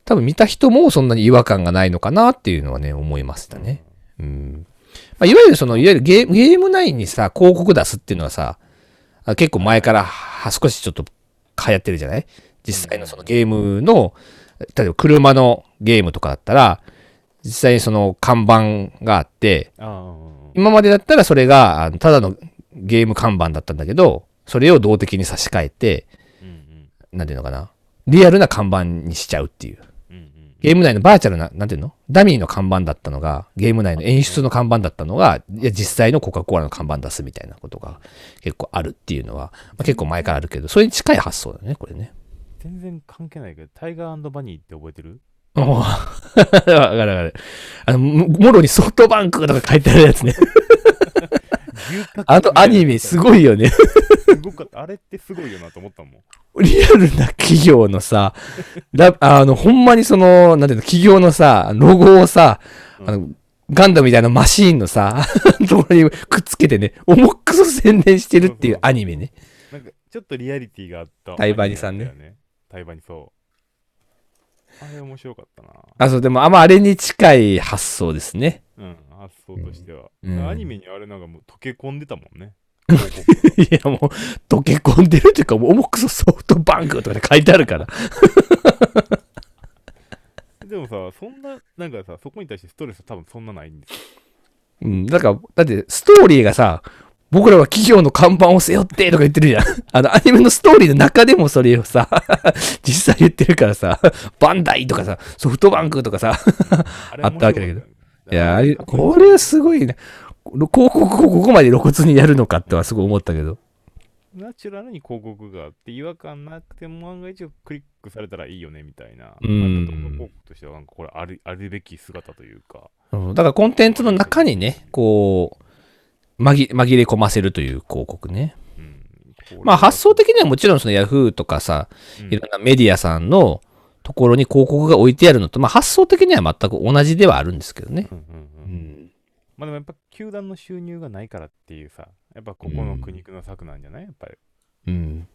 A: 多分見た人もそんなに違和感がないのかなっていうのはね、思いましたね。うんまあ、いわゆるその、いわゆるゲーゲーム内にさ、広告出すっていうのはさ、あ結構前からは少しちょっと流行ってるじゃない実際のそのゲームの、例えば車のゲームとかだったら、実際にその看板があって、
B: ああ。
A: 今までだったらそれがあのただのゲーム看板だったんだけど、それを動的に差し替えて、
B: うんうん。
A: なんていうのかな、リアルな看板にしちゃうっていう。
B: うんうん。
A: ゲーム内のバーチャルな、なんていうのダミーの看板だったのが、ゲーム内の演出の看板だったのが、いや、実際のコカ・コーラの看板出すみたいなことが結構あるっていうのは、まあ、結構前からあるけど、それに近い発想だね、これね。
B: 全然関係ないけど、タイガーバニーって覚えてる
A: おおわかるわかる。あの、ももろにソフトバンクとか書いてあるやつね。
B: 牛角
A: あのアニメすごいよね。
B: すごかった。あれってすごいよなと思ったもん。
A: リアルな企業の さ、だあの、ほんまにその、なんていうの、企業のさ、ロゴをさ、あの、ガンダムみたいなマシーンのさ、 ところにくっつけてね、重くそ宣伝してるっていうアニメね。
B: なんかちょっとリアリティがあった。
A: タイバニさんね
B: アニメだったよ。タイバニそう。あれ面白かったな。
A: あ、そう、でも、あ、まあ、あれに近い発想ですね。
B: うん、発想としては。
A: うん
B: アニメにあれなんかもう溶け込んでたも んね。
A: いや、もう、溶け込んでるっていうか、もう重くそソフトバンクとかで書いてあるから。
B: でもさ、そんな、なんかさ、そこに対してストレスは多分そんなないんですよ。
A: うん、だから、だって、ストーリーがさ、僕らは企業の看板を背負ってとか言ってるじゃん。 あの、アニメのストーリーの中でもそれをさ、 実際言ってるからさ、バンダイとかさ、ソフトバンクとかさ、
B: あれ
A: あったわけだけど
B: 面白かった
A: いや、あれ
B: あ れ
A: これはすごいね。広告をここまで露骨にやるのかってはすごい思ったけど。
B: ナチュラルに広告があって、違和感なくても案外一応クリックされたらいいよねみたいな。
A: うん
B: あと広告としては、なんかこれある、あるべき姿というか。
A: うんだからコンテンツの中にね、こう、紛紛れ込ませるという広告ね。
B: うん、これは
A: まあ発想的にはもちろんその Yahoo とかさ、
B: うん
A: いろんなメディアさんのところに広告が置いてあるのと、まあ発想的には全く同じではあるんですけどね。
B: うんうんうん
A: うん。
B: まあでもやっぱ球団の収入がないからっていうさ、やっぱここの苦肉の策なんじゃないやっぱり。
A: うん。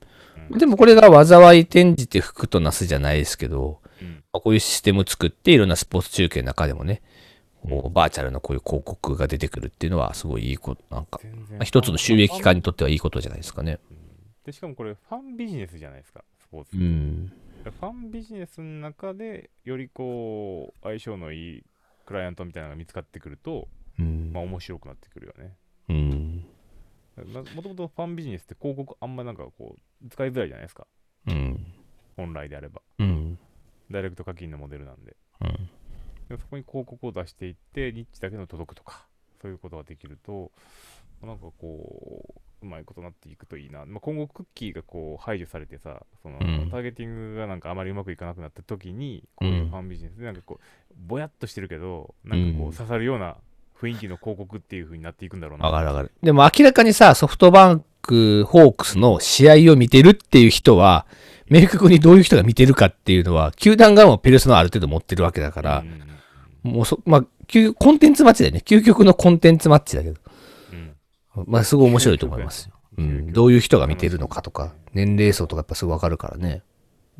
B: うん
A: でもこれが災い転じて福となすじゃないですけど、
B: うん
A: まあこういうシステム作っていろんなスポーツ中継の中でもね、こうバーチャルのこういう広告が出てくるっていうのはすごいいいこと、なんか、
B: 全然
A: まあ一つの収益化に
B: ファン
A: とってはいいことじゃないですかね。
B: でしかもこれファンビジネスじゃないですか、スポーツ。
A: うん。
B: ファンビジネスの中で、よりこう、相性のいいクライアントみたいなのが見つかってくると、
A: うん
B: まあ面白くなってくるよね。
A: うん。
B: もともとファンビジネスって広告あんまなんかこう、使いづらいじゃないですか、
A: うん。
B: 本来であれば。
A: うん。
B: ダイレクト課金のモデルなんで。
A: うん。
B: でそこに広告を出していって、ニッチだけの届くとか、そういうことができると、なんかこう、うまいことなっていくといいな。まあ、今後、クッキーがこう排除されてさ、その
A: うん
B: ターゲティングがなんかあまりうまくいかなくなった時に、こういううんファンビジネスで、なんかこう、ぼやっとしてるけど、なんかこ
A: うん
B: う、刺さるような雰囲気の広告っていう風になっていくんだろうな。
A: わかるわかる。でも明らかにさ、ソフトバンク、ホークスの試合を見てるっていう人は、明確にどういう人が見てるかっていうのは、球団側もペルソナをある程度持ってるわけだから、
B: うん
A: もうそ、まあ、究コンテンツマッチだよね。究極のコンテンツマッチだけど。
B: うん。
A: まあ、すごい面白いと思いますよ。う
B: 究極
A: ん、どういう人が見てるのかとか、年齢層とかやっぱすぐわかるからね。
B: だか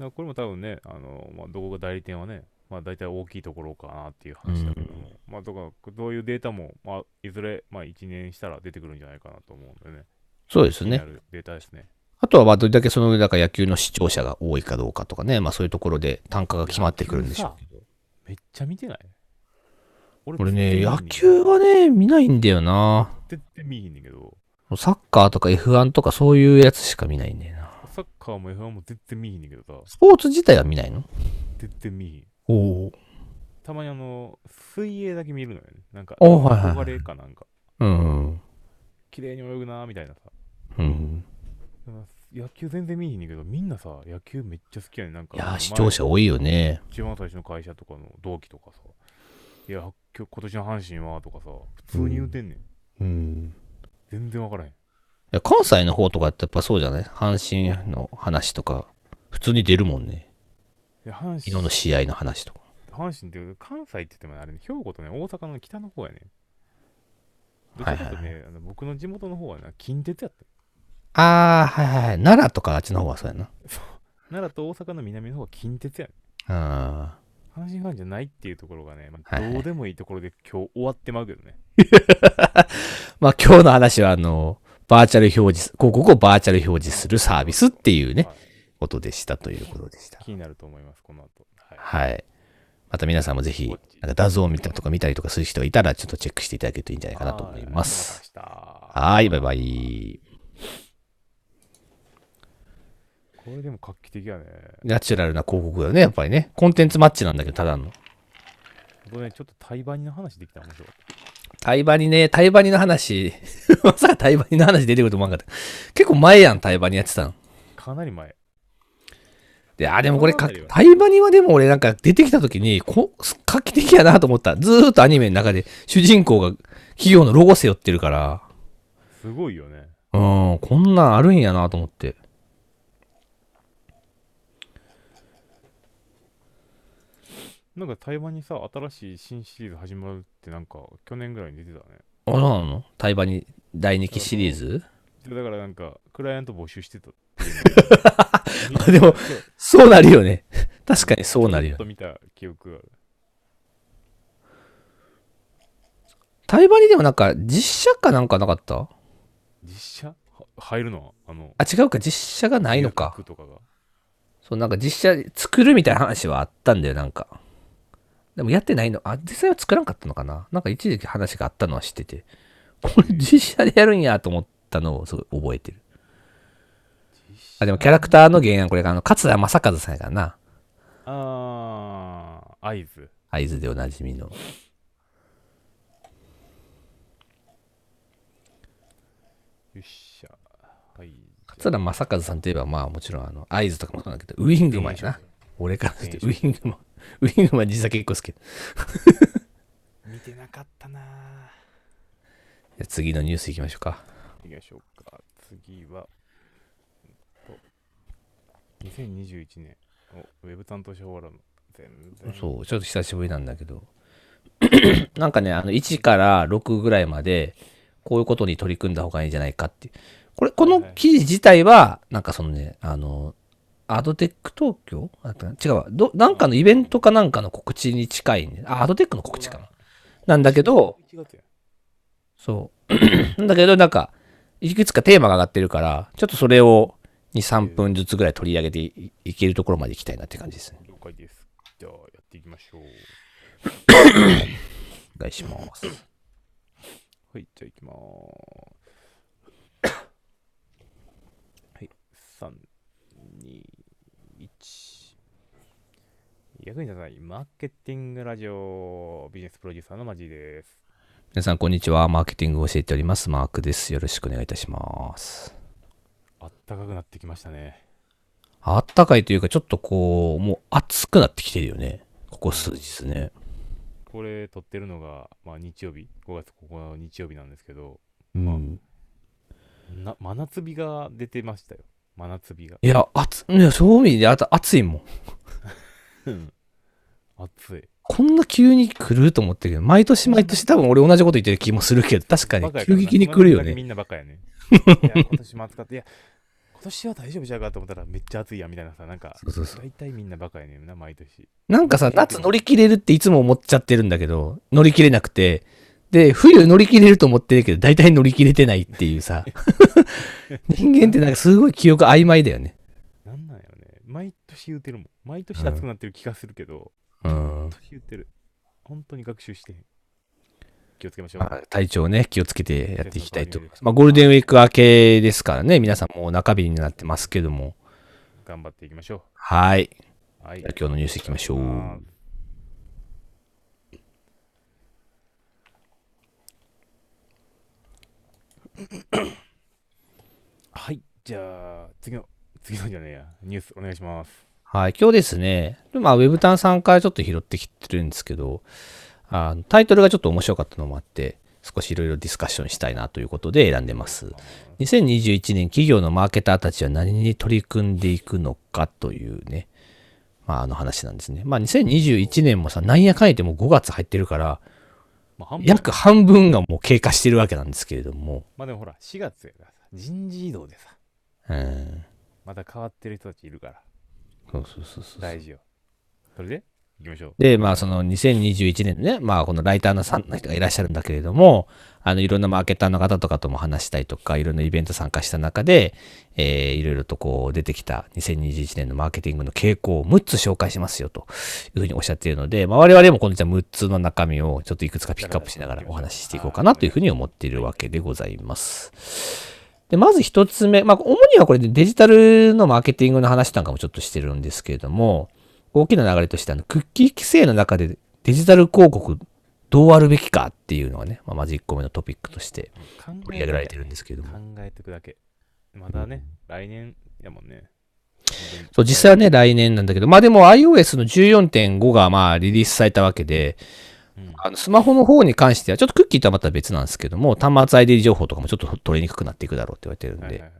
B: らこれも多分ね、あのまあ、どこが代理店はね、まあ、大体大きいところかなっていう話だけども、まあ、とかどういうデータも、まあ、いずれ、まあ、1年したら出てくるんじゃないかなと思うんでね、
A: そうです
B: 気にな
A: ね。
B: るデータですね。
A: あとは、まあ、どれだけその、だから野球の視聴者が多いかどうかとかね、まあそういうところで単価が決まってくるんでしょうけど。
B: めっちゃ見てない俺
A: 俺ね、
B: 全然
A: 野球はね、見ないんだよな。
B: 絶対見えへんねんけど、
A: サッカーとか F1 とかそういうやつしか見ないんだよな。
B: サッカーも F1 も絶対見えへんねんけどさ、
A: スポーツ自体は見ないの
B: 絶対見えへん。
A: おお。
B: たまにあの、水泳だけ見るのよね。なんか、
A: おはいはいはい
B: 憧れかなんか、
A: うん。
B: 綺麗に泳ぐなーみたいなさ。
A: うん。
B: でも野球全然見えへんねんけど、みんなさ、野球めっちゃ好きやねん。なんか、
A: いやー、
B: 前
A: 視聴者多いよね。
B: 一番最初の会社とかの同期とかさ、いや、今日今年の阪神はとかさ、普通に言うてんねん。
A: うん。
B: 全然わからへん。
A: いや関西の方とかってやっぱそうじゃない阪神の話とか、普通に出るもんね。
B: いや、阪
A: 昨日
B: 神
A: の、試合の話とか。
B: 阪神って関西って言ってもねあれね、兵庫とね、大阪の北の方やね。どち
A: はい
B: ら
A: はい
B: か
A: はい
B: というとね、あの僕の地元の方はね、近鉄やった。
A: あー、はいはいはい。奈良とかあっちの方はそうやな。
B: 奈良と大阪の南の方は近鉄やね。
A: あ
B: 阪神ファンじゃないっていうところがね、まあ、
A: はいはい
B: どうでもいいところで今日終わってまうけどね。
A: ーまあ今日の話は、あの、バーチャル表示、広告をバーチャル表示するサービスっていうね、
B: はい
A: ことでしたということでした。
B: 気になると思います、この後。はい。
A: はい。また皆さんもぜひ、なんか画像を見たとか見たりとかする人がいたら、ちょっとチェックしていただけるといいんじゃないかなと思います。
B: はい。ありがとうございま
A: はい、バイバイ。
B: したこれでも画期的やね。
A: ナチュラルな広告だよね、やっぱりね。コンテンツマッチなんだけど、ただの。
B: あとね、ちょっと対バニの話できたら面白い。
A: タイバニね、タイバニの話、 まさかタイバニの話出てくると思わなかった。結構前やん、タイバニやってたの。
B: かなり前。
A: で、あ、でもこれか、
B: そうなんだよ
A: タイバニはでも俺なんか出てきた時に、こ画期的やなと思った。ずーっとアニメの中で主人公が企業のロゴ背負ってるから、
B: すごいよね。
A: うん、こんなんあるんやなと思って。
B: なんか対バニさ、新しい新シリーズ始まるってなんか去年ぐらいに出てたね。
A: あ、そうなのタイバニ第2期シリーズ
B: だからなんか、クライアント募集してたっていうの
A: あでも、そうなるよ ね。確かにそうなる
B: ちょ
A: よ
B: っ。と見た記憶がある。
A: タイバニでもなんか実写かなんかなかった
B: 実写は入るのあの、
A: あ、違うか、実写がないのか
B: 役。とかが。
A: そう、なんか実写作るみたいな話はあったんだよ、なんか。でもやってないの。あ、実際は作らんかったのかななんか一時期話があったのは知ってて。これ実写でやるんやと思ったのをすごい覚えてる。あ、でもキャラクターの原案、これがあの、桂正和さんやからな。
B: あー、合図。
A: 会津でおなじみの。
B: よっしゃ。はい。
A: 桂正和さんといえば、まあもちろんあの、合図とかもそうなんだけど、ウィングマンやな。俺からしてウィングマン、ウィングマン実は結構好き。じ
B: 見てなかったなぁ
A: ゃあ次のニュースいきましょうか。
B: 行きましょうか。次は、うんと2021年、おウェブ担当者フォーラム。全然。う。
A: そう、ちょっと久しぶりなんだけど。 なんかね、あの、1から6ぐらいまで、こういうことに取り組んだ方がいいんじゃないかっていう。これ、この記事自体は、なんかそのね、あの、アドテック東京あったな違うわ。ど、なんかのイベントかなんかの告知に近いんで、あ、アドテックの告知かな。なんだけど、
B: 1月や。
A: そう。 なんだけど、なんか、いくつかテーマが上がってるから、ちょっとそれを2、3分ずつぐらい取り上げていいけるところまで行きたいなって感じですね。
B: 了解です。じゃあ、やっていきましょう。
A: お願いします。
B: はい、じゃあ行きまーす。はい、3、2、1。役に立たないマーケティングラジオビジネスプロデューサーのマジです。
A: 皆さん、こんにちは。マーケティングを教えております。マークです。よろしくお願いいたします。
B: あったかくなってきましたね。
A: あったかいというか、ちょっとこう、もう暑くなってきてるよね。ここ数日ね。
B: これ撮ってるのが、まあ、日曜日、5月9日の日曜日なんですけど、
A: うん。
B: な真夏日が出てましたよ。真夏日が。
A: いや、暑、いや、そういう意味であと暑いもん。
B: 暑い。
A: こんな急に来ると思ってるけど、毎年毎年多分俺同じこと言ってる気もするけど、確かに
B: バカや
A: 急
B: らな
A: 激に来るよ
B: こんなみ
A: ね。
B: んなバカ やね。いや、今年も暑かった。いや、今年は大丈夫じゃうかと思ったらめっちゃ暑いやみたいなさ、なんか、
A: そうそうそう。
B: 大体みんなバカやねんな、毎年。
A: なんかさ、夏乗り切れるっていつも思っちゃってるんだけど、乗り切れなくて、で、冬乗り切れると思ってるけど、大体乗り切れてないっていう さ、人間ってなんかすごい記憶曖昧だよね。
B: なんなんやろね。毎年言うてるもん。毎年暑くなってる気がするけど、
A: うん。
B: 毎年言ってる。本当に学習してへん。気をつけましょう。
A: まあ体調ね、気をつけてやっていきたいと思います。まあ、ゴールデンウィーク明けですからね、皆さんもう中日になってますけども。
B: 頑張っていきましょ
A: はい。
B: う。はい
A: じゃ。あ今日のニュースいきましょう。
B: はい、じゃあ、次の、次のじゃねえや、ニュースお願いします。
A: はい、今日ですね、まあ、ウェブタンさんからちょっと拾ってきてるんですけど、あのタイトルがちょっと面白かったのもあって、少しいろいろディスカッションしたいなということで選んでます。2021年企業のマーケターたちは何に取り組んでいくのかというね、まあ、あの話なんですね。まあ、2021年もさ、なんやかんやでも5月入ってるから、
B: まあ、半分
A: 約半分がもう経過してるわけなんですけれども、
B: まあでもほら、4月やからさ、人事異動でさ、
A: うん、
B: また変わってる人たちいるから、
A: そうそうそうそう。
B: 大事よ。それで、行きましょう。
A: で、まあ、その2021年ね、まあ、このライターのさんの人がいらっしゃるんだけれども、あの、いろんなマーケターの方とかとも話したりとか、いろんなイベント参加した中で、えーいろいろとこう出てきた2021年のマーケティングの傾向を6つ紹介しますよというふうにおっしゃっているので、まあ、我々もこのじゃあ6つの中身をちょっといくつかピックアップしながらお話ししていこうかなというふうに思っているわけでございます。で、まず一つ目、まあ、主にはこれでデジタルのマーケティングの話なんかもちょっとしてるんですけれども、大きな流れとして、あの、クッキー規制の中でデジタル広告どうあるべきかっていうのがね、まあ、まず1個目のトピックとして
B: 考
A: 取り上
B: え
A: げ
B: て
A: られてるんですけれども。
B: 考えてくだけ。またね、来年やもんね。
A: そう、実際はね、来年なんだけど、まあでも iOS の14.5がまあリリースされたわけで、
B: うん
A: あのスマホの方に関しては、ちょっとクッキーとはまた別なんですけども、端末 ID 情報とかもちょっと取れにくくなっていくだろうって言われてるんで、
B: はいはいはいはい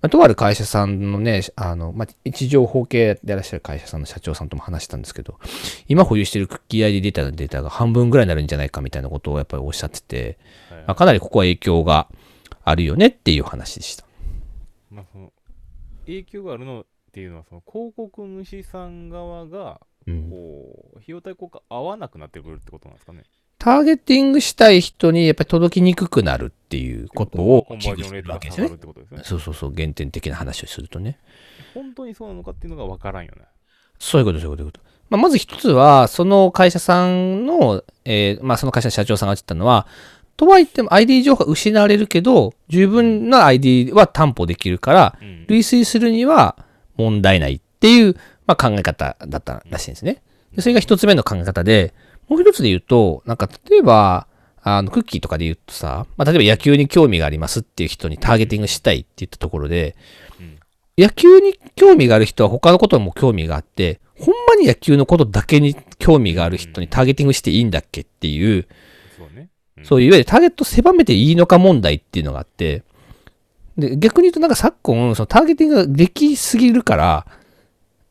A: まあ、とある会社さんのね、あの、まあ、位置情報系でいらっしゃる会社さんの社長さんとも話したんですけど、今保有しているクッキー ID データのデータが半分ぐらいになるんじゃないかみたいなことをやっぱりおっしゃってて、
B: はいはい
A: まあ、かなりここは影響があるよねっていう話でした。
B: まあ、その影響があるのっていうのはその広告主さん側が
A: うん、
B: こう費用対効果合わなくなってくるってことなんですかね。
A: ターゲティングしたい人にやっぱり届きにくくなるっていうことを
B: コン
A: 危
B: バー
A: 惧
B: ジョ
A: す
B: ンレー
A: る
B: ト
A: わ
B: が
A: けです
B: 下
A: よ
B: がる
A: ね
B: っ。てことですね。
A: そうそうそう、原点的な話をするとね。
B: 本当にそうなのかっていうのが分からんよね。
A: そういうこと、そういうことそういうこと。まあ、まず一つは、その会社さんの、えーまあ、その会社の社長さんが言ってたのは、とはいっても ID 情報が失われるけど、十分な ID は担保できるから、
B: うん
A: 類推するには問題ないっていう、まあ、考え方だったらしいんですね。でそれが一つ目の考え方で、もう一つで言うと、なんか例えば、あの、クッキーとかで言うとさ、まあ、例えば野球に興味がありますっていう人にターゲティングしたいって言ったところで、
B: うん
A: 野球に興味がある人は他のことも興味があって、ほんまに野球のことだけに興味がある人にターゲティングしていいんだっけっていう、
B: そうね。うん
A: そういういわゆるターゲットを狭めていいのか問題っていうのがあって、で、逆に言うとなんか昨今、そのターゲティングができすぎるから、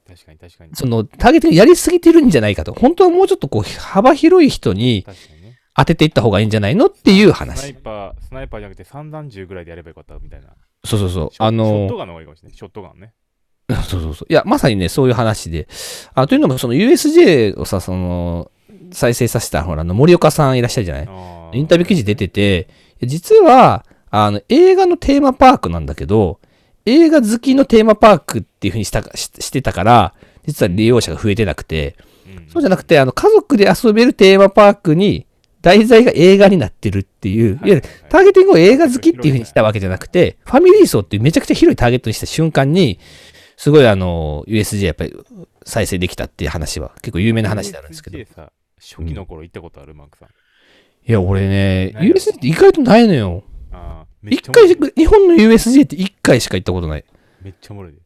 B: 確かに確かに。
A: そのターゲティングやりすぎてるんじゃないかと、本当はもうちょっとこう幅広い人に
B: 確かにね。
A: 当てていった方がいいんじゃないのっていう
B: スナイ
A: 話。
B: パー、スナイパーじゃなくて三段銃ぐらいでやればよかったみたいな。
A: そうそうそう
B: シ。ョ
A: あ
B: ショット
A: の、
B: ガンの方がいいかもしれない。ショットガンね。
A: そうそうそう。いや、まさにね、そういう話で。あというのも、その USJ をさ、その、再生させた、ほら、あの、森岡さんいらっしゃるじゃないインタビュー記事出てて、実は、あの、映画のテーマパークなんだけど、映画好きのテーマパークっていう風にしたかししてたから、実は利用者が増えてなくて、
B: うん
A: そうじゃなくて、あの、家族で遊べるテーマパークに、題材が映画になってるっていう、いわゆるターゲティングを映画好きっていう風にしたわけじゃなくて、ファミリー層っていうめちゃくちゃ広いターゲットにした瞬間に、すごいあの、USJ やっぱり再生できたっていう話は、結構有名な話になるんですけど。い
B: USJ さ、初期の頃行ったことある、マークさん。
A: や、俺ね、
B: ないの
A: USJ って意外とないのよ。
B: あーめっ
A: 一
B: ちゃおもろ
A: 回
B: い
A: しか、日本の USJ って一回しか行ったことない。
B: めっちゃおもろいで。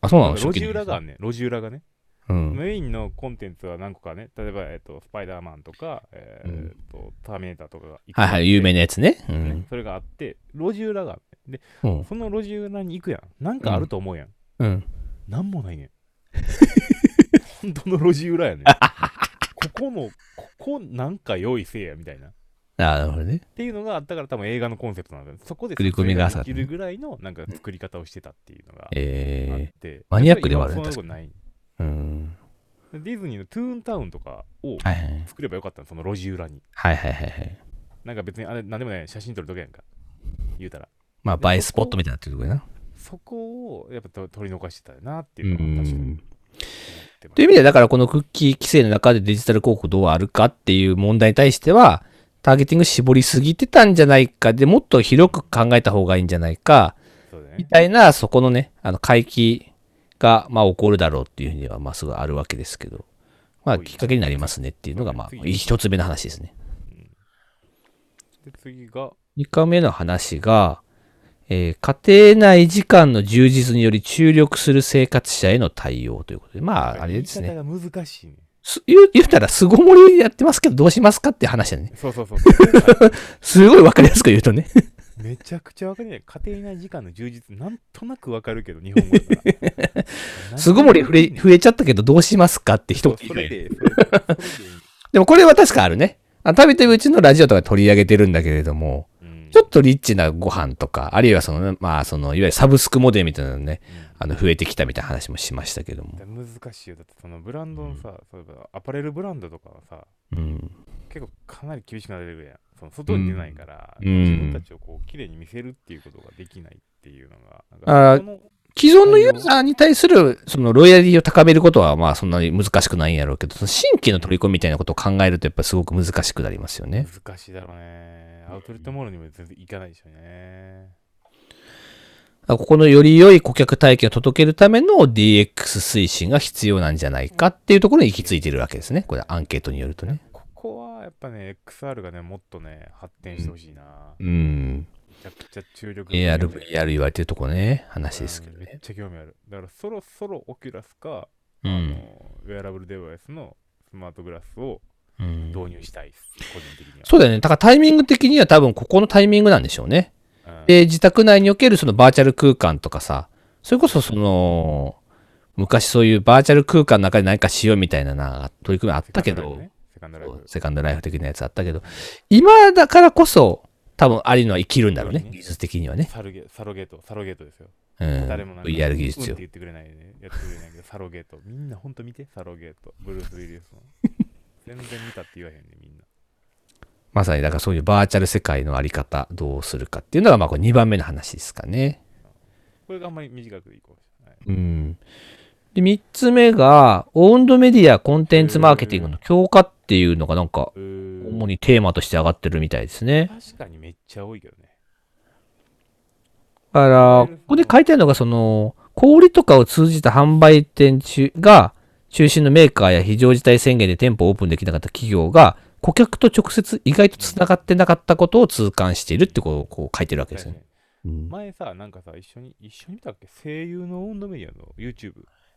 A: あ、そうな
B: な
A: の
B: んか
A: 初
B: 路
A: 期
B: 地
A: の
B: 裏があんね、路地裏がね。
A: うん。
B: メインのコンテンツは何個かね、例えば、えっとスパイダーマンとか、えー
A: うん
B: とターミネーターとかがいくつ
A: は
B: か
A: いはい、有名なやつね。う
B: ね
A: ん。
B: それがあって、路地裏があって、で、
A: うん。
B: その路地裏に行くやん。なんかあると思うやん。
A: うん。
B: なんもないねん。本当の路地裏やねん。このここなんか用意せえやみたいなっ
A: なるほどね。
B: ていうのがあったから多分映画のコンセプトなんだよねそこで
A: 作り込みがあっ
B: 撮
A: た
B: 影できるぐらいのなんか作り方をしてたっていうのがあって、
A: えマニアックではあるね
B: やっぱり今そんなことない
A: ー。うん。
B: ディズニーのトゥーンタウンとか
A: はい
B: を
A: はい。
B: 作ればよかったのその路地裏に
A: はいはいはいはい。
B: なんか別にあれなんでもない写真撮るとけやんか言うたら
A: まあ、映えスポットみたいになってるとこやな。
B: そこをやっぱと取り残してたよなっていうのは確かに思ってま
A: という意味で、だからこのクッキー規制の中でデジタル広告どうあるかっていう問題に対しては、ターゲティング絞りすぎてたんじゃないか、でもっと広く考えた方がいいんじゃないか、
B: すそうだ
A: み
B: ね
A: たいな、そこのね、あの、回帰が、まあ、起こるだろうっていうふうには、まあ、すごいあるわけですけど、まあ、きっかけになりますねっていうのが、まあ、一つ目の話ですね。
B: で次が
A: 2回目の話が、えー家庭内時間の充実により注力する生活者への対応ということで、まあ、あれですね
B: 言。い方が難しいね
A: す言う言ったら、巣ごもりやってますけど、どうしますかって話だね。
B: そうそうそうそう
A: すごいわかりやすく言うと ね。
B: めちゃくちゃわかりない家庭内時間の充実なんとなくわかるけど日本 語だから
A: 巣ごもり増え増えちゃったけど、どうしますかって一
B: そ
A: 言
B: うそれ
A: で。
B: でそれでそれでいい
A: でも、これは確かあるね。あ食べてるうちのラジオとかで取り上げてるんだけれども、
B: うん
A: ちょっとリッチなご飯とか、あるいはそのね、まあ、その、いわゆるサブスクモデルみたいなのね、あの、増えてきたみたいな話もしましたけども。
B: 難しいよだってそのブランドのさ、そういえばアパレルブランドとかはさ
A: うん。
B: 結構かなり厳しくなってくるやんその外に出ないから、
A: うん
B: 自分たちをこう綺麗に見せるっていうことができないっていうのがなん
A: あ
B: かそこの
A: 既存のユーザーに対する、その、ロイヤリティを高めることは、まあ、そんなに難しくないんやろうけど、その新規の取り込みみたいなことを考えると、やっぱりすごく難しくなりますよね。
B: 難しいだろうねアウトレットモールにも全然行かないでしょうね
A: ここのより良い顧客体験を届けるための DX 推進が必要なんじゃないかっていうところに行き着いているわけですね。これアンケートによるとね。
B: ここはやっぱね XR がねもっとね発展してほしいな、
A: うん。
B: めちゃくちゃ注力
A: AR、
B: うん
A: VR 言われてるとこね、話ですけど
B: め
A: ね
B: っ。ちゃ興味あるだからそろそろオキュラスか、
A: う
B: あ
A: ん。
B: のウェアラブルデバイスのスマートグラスを
A: うん
B: 導入したいです、個人的には
A: そうだよね。だからタイミング的には多分ここのタイミングなんでしょうね。
B: うん
A: で、自宅内におけるそのバーチャル空間とかさ、それこそその、昔そういうバーチャル空間の中で何かしようみたいなな取り組みあったけど、
B: セカンドライフね、セ
A: セカンドライフ的なやつあったけど、今だからこそ、多分ありのは生きるんだろうね
B: そう、ね
A: 技術的には
B: カンドライフね
A: ね。
B: サルゲサロゲート、サロゲートですよ。
A: うん、
B: 誰もなんか
A: VR 技術
B: うんっ
A: よ
B: て。言ってくれないね。やってくれないけど、サロゲート。みんなほんと見て、サロゲート。ブルース・ウィリアス の。全然見たって言わへんね、みんな。
A: まさに、だからそういうバーチャル世界のあり方、どうするかっていうのが、まあ、これ2番目の話ですかね。
B: これがあんまり短くいこう。はい、
A: うん。で、3つ目が、オウンドメディア、コンテンツマーケティングの強化っていうのが、なんか、
B: うー
A: 主にテーマとして上がってるみたいですね。
B: 確かにめっちゃ多いけどね。
A: だから、ここで書いてあるのが、その、小売とかを通じた販売店中が、中心のメーカーや非常事態宣言で店舗をオープンできなかった企業が、顧客と直接意外とつながってなかったことを痛感しているってことをこう書いてるわけですよね。
B: 確か
A: うん
B: に前さ、なんかさ、一緒に、一緒に見たっけ声優のオンドメディアの YouTube。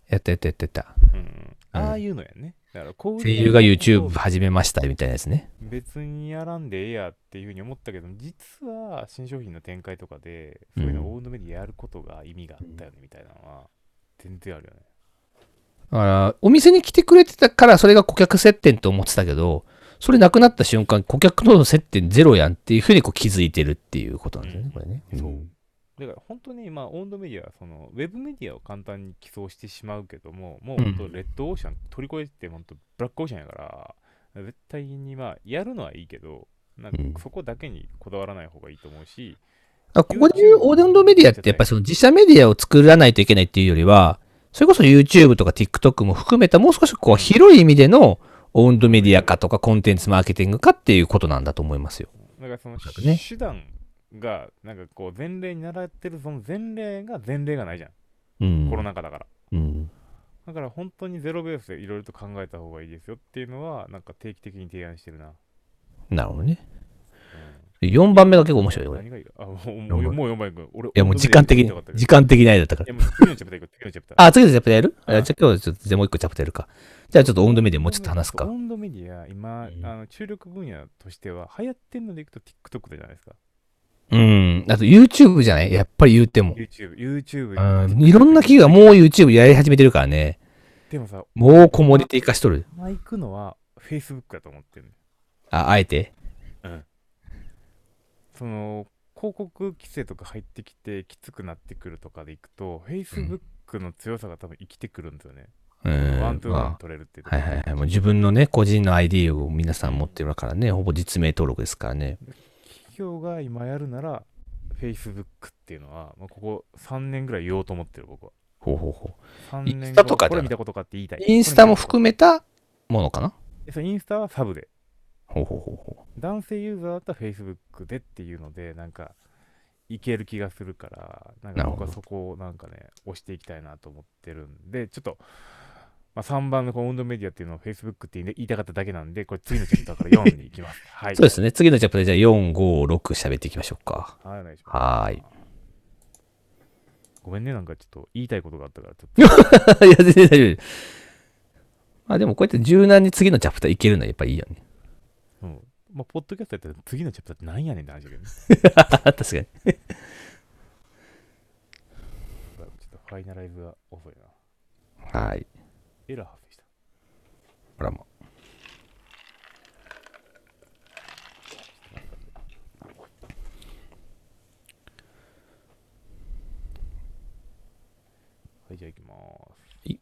A: やったやったやったやった。
B: うん。ああいうのやね。だからこういう
A: 声優が YouTube 始めましたみたいなやつね。
B: 別にやらんでええやっていうふうに思ったけど実は新商品の展開とかでそういうのを大の目でやることが意味があったよねみたいなのは全然あるよね。
A: だから、お店に来てくれてたから、それが顧客接点と思ってたけど、それなくなった瞬間、顧客との接点ゼロやんっていうふうにこう気づいてるっていうことなんですよね、これね。
B: そうだから本当にまあオンドメディアはそのウェブメディアを簡単に寄贈してしまうけどももう本当レッドオーシャン取り越えて本当ブラックオーシャンやから絶対にまあやるのはいいけどなんか
A: うん
B: そこだけにこだわらない方がいいと思うし、
A: あここで言うオーデンドメディアってやっぱりその自社メディアを作らないといけないっていうよりは、それこそ YouTube とか TikTok も含めたもう少しこう広い意味でのオウンドメディア化とかコンテンツマーケティング化っていうことなんだと思いますよ。
B: だからその
A: くね
B: 手段がなんかこう前例に習ってるその前例が前例がないじゃん、
A: うん。
B: コロナ禍だから。
A: うん。
B: だから本当にゼロベースでいろいろと考えた方がいいですよっていうのはなんか定期的に提案してるな。
A: なるほどね。4番目が結構面白いよ、これ。い
B: 何がいいかあもうもうもう4番いく。俺
A: やもう時間的に
B: 本当、に
A: 時間的にあれだったか
B: い
A: ら。
B: やもう次のチャプター行く。次のチャプター。
A: あ、次のチャプターやる
B: うん
A: あじゃあ今日ちょっと、じゃあもう一個チャプターやるか。じゃあちょっとオウンドメディアもうちょっと話すか
B: オ。ンドメディア、今、
A: うん
B: あの注力分野としては流行ってるのでいくと TikTok じゃないですか。
A: うん。あと YouTube じゃないやっぱり言っても。
B: YouTube、YouTube
A: うん。いろんな企業がもう YouTube やり始めてるからね。
B: でもさ、
A: もうコモディティ化しとる。
B: まあ行くのは Facebook だと思ってるね
A: あ、あえて
B: その広告規制とか入ってきてきつくなってくるとかでいくと Facebook の強さが多分生きてくるんですよね、
A: う
B: ワ
A: ん
B: ン。トゥーワン
A: ま
B: 取れるっていう
A: あ、
B: とこ
A: はいはいはい。もう自分のね、個人の ID を皆さん持ってるからね、ほぼ実名登録ですからね。
B: 企業が今やるなら Facebook っていうのは、まあ、ここ3年ぐらい言おうと思ってる僕は
A: ほうほうほう。
B: 3
A: イン
B: 年
A: スタとか
B: こ
A: じゃな
B: れ見
A: い
B: たことかって言いたい
A: インスタも
B: め
A: 含めたものかな
B: そうインスタはサブで
A: ほうほうほうほ
B: 男性ユーザーだったら Facebook でっていうのでなんかいける気がするからなん
A: な
B: か
A: るほ
B: 僕
A: ど
B: はそこをなんかね押していきたいなと思ってるんでちょっと、まあ、3番のこの運動メディアっていうのを Facebook って言いたかっただけなんでこれ次のチャプターから4に行き ますは
A: う。
B: い
A: そうですね。次のチャプターでじゃあ4、5、6喋っていきましょうか。
B: はいお願いします
A: はーい。
B: ごめんねなんかちょっと言いたいことがあったからちょっ
A: いや、全然大丈夫。まあでもこうやって柔軟に次のチャプターいけるのはやっぱいいよね。
B: と、うんまあ、ポッドキャストやったら次のチャプターってなんやねんって話だけどね
A: 確かに。
B: ちょっとファイナライズが遅いな
A: はい。
B: エラー発生した
A: ほらもう。
B: はい、じゃあ行きます。
A: はい。